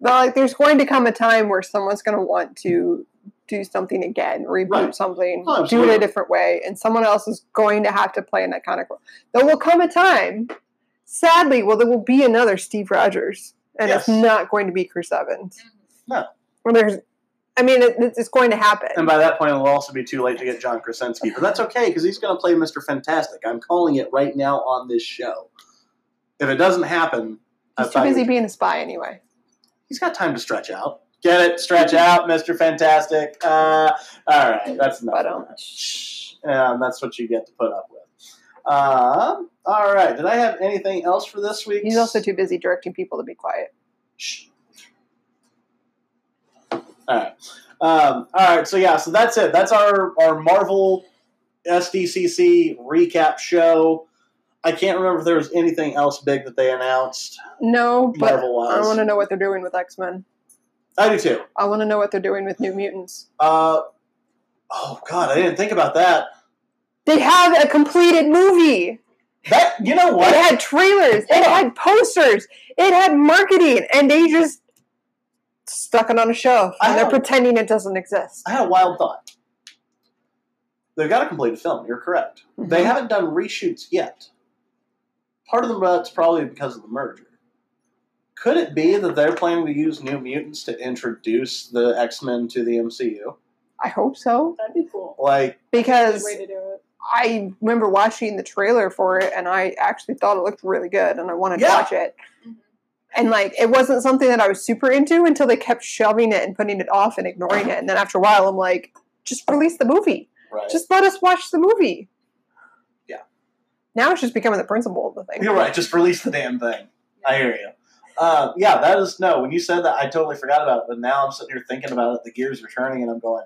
Speaker 2: But like, there's going to come a time where someone's going to want to do something again, reboot
Speaker 1: Right.
Speaker 2: something,
Speaker 1: Oh,
Speaker 2: do it
Speaker 1: absolutely.
Speaker 2: a different way, and someone else is going to have to play an iconic role. There will come a time, sadly, well, there will be another Steve Rogers, and it's
Speaker 1: Yes.
Speaker 2: not going to be Chris Evans.
Speaker 1: No.
Speaker 2: Well, there's, I mean, it, it's going to happen.
Speaker 1: And by that point, it'll also be too late to get John Krasinski. But that's okay because he's going to play Mr. Fantastic. I'm calling it right now on this show. If it doesn't happen, I
Speaker 2: He's too
Speaker 1: thought
Speaker 2: busy being a spy anyway.
Speaker 1: he's got time to stretch out. Get it? Stretch
Speaker 2: Mm-hmm.
Speaker 1: out, Mr. Fantastic. Uh, all right, that's enough.
Speaker 2: But
Speaker 1: of
Speaker 2: um,
Speaker 1: that. Shh. And that's what you get to put up with. Um, all right. Did I have anything else for this week?
Speaker 2: he's also too busy directing people to be quiet.
Speaker 1: Shh. All right. Um, all right. So yeah. So that's it. That's our our Marvel SDCC recap show. I can't remember if there was anything else big that they announced
Speaker 2: No, but
Speaker 1: Marvel
Speaker 2: I want
Speaker 1: wise.
Speaker 2: to know what they're doing with X Men.
Speaker 1: I do too.
Speaker 2: I want to know what they're doing with New Mutants.
Speaker 1: Uh, oh God, I didn't think about that.
Speaker 2: They have a completed movie.
Speaker 1: That you know
Speaker 2: It
Speaker 1: what?
Speaker 2: had trailers. It had posters. It had marketing, and they just stuck it on a shelf,
Speaker 1: I
Speaker 2: and they're
Speaker 1: know.
Speaker 2: pretending it doesn't exist.
Speaker 1: I had a wild thought. They've got a completed film. You're correct.
Speaker 2: Mm-hmm.
Speaker 1: They haven't done reshoots yet. Part of the- that's probably because of the merger. Could it be that they're planning to use New Mutants to introduce the X Men to the MCU?
Speaker 2: I hope so
Speaker 3: That'd be cool.
Speaker 1: Like,
Speaker 2: because
Speaker 3: Way to do it.
Speaker 2: I remember watching the trailer for it, and I actually thought it looked really good, and I wanted
Speaker 1: Yeah.
Speaker 2: to watch it. And like, it wasn't something that I was super into until they kept shoving it and putting it off and ignoring it. And then after a while, I'm like, just release the movie.
Speaker 1: Right.
Speaker 2: Just let us watch the movie.
Speaker 1: Yeah.
Speaker 2: Now it's just becoming the principal of the thing.
Speaker 1: You're right. Just release the damn thing. I hear you. Uh, yeah, that is no. When you said that, I totally forgot about it. But now I'm sitting here thinking about it. The gears returning, and I'm going,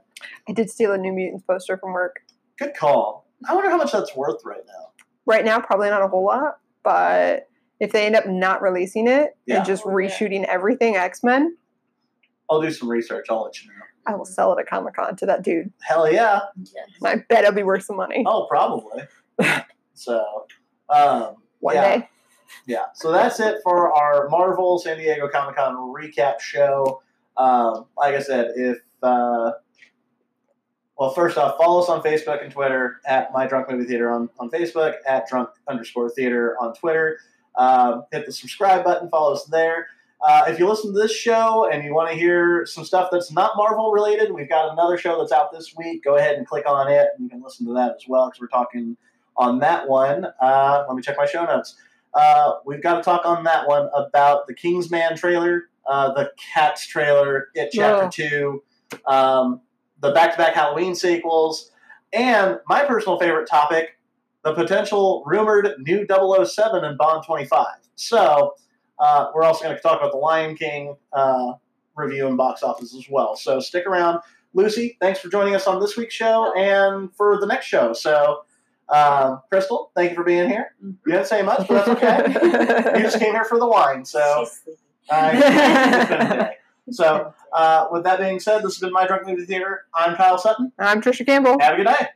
Speaker 2: I did steal a New Mutants poster from work.
Speaker 1: good call. I wonder how much that's worth right now.
Speaker 2: Right now, probably not a whole lot, but if they end up not releasing it
Speaker 1: Yeah.
Speaker 2: and just
Speaker 3: Oh, yeah.
Speaker 2: reshooting everything X Men,
Speaker 1: I'll do some research. I'll let you know.
Speaker 2: I will sell it at Comic Con to that dude.
Speaker 1: Hell yeah.
Speaker 3: Yes.
Speaker 2: I bet it'll be worth some money
Speaker 1: Oh, probably. so, um,
Speaker 2: one
Speaker 1: yeah.
Speaker 2: day.
Speaker 1: Yeah, so that's it for our Marvel San Diego Comic Con recap show. Um, like I said, if uh, well, first off, follow us on Facebook and Twitter at My Drunk Movie Theater on, on Facebook, at Drunk underscore Theater on Twitter. Um, hit the subscribe button, follow us there. Uh, if you listen to this show and you want to hear some stuff that's not Marvel related, we've got another show that's out this week. Go ahead and click on it, and you can listen to that as well because we're talking on that one. Uh, let me check my show notes. Uh, we've got to talk on that one about the Kingsman trailer, uh, the Cats trailer, It Chapter 2, um, the back to back Halloween sequels, and my personal favorite topic, the potential rumored new 007 in Bond 25. So, uh, we're also going to talk about the Lion King uh, review and box office as well. So, stick around. Lucy, thanks for joining us on this week's show and for the next show. So, um, Crystal, thank you for being here. You didn't say much, but that's okay. you just came here for the wine, so
Speaker 4: She's sleepy.
Speaker 1: uh, it's been a day. So, uh, with that being said, this has been my drunk movie theater. I'm Kyle Sutton.
Speaker 2: I'm Trisha Campbell.
Speaker 1: Have a good day.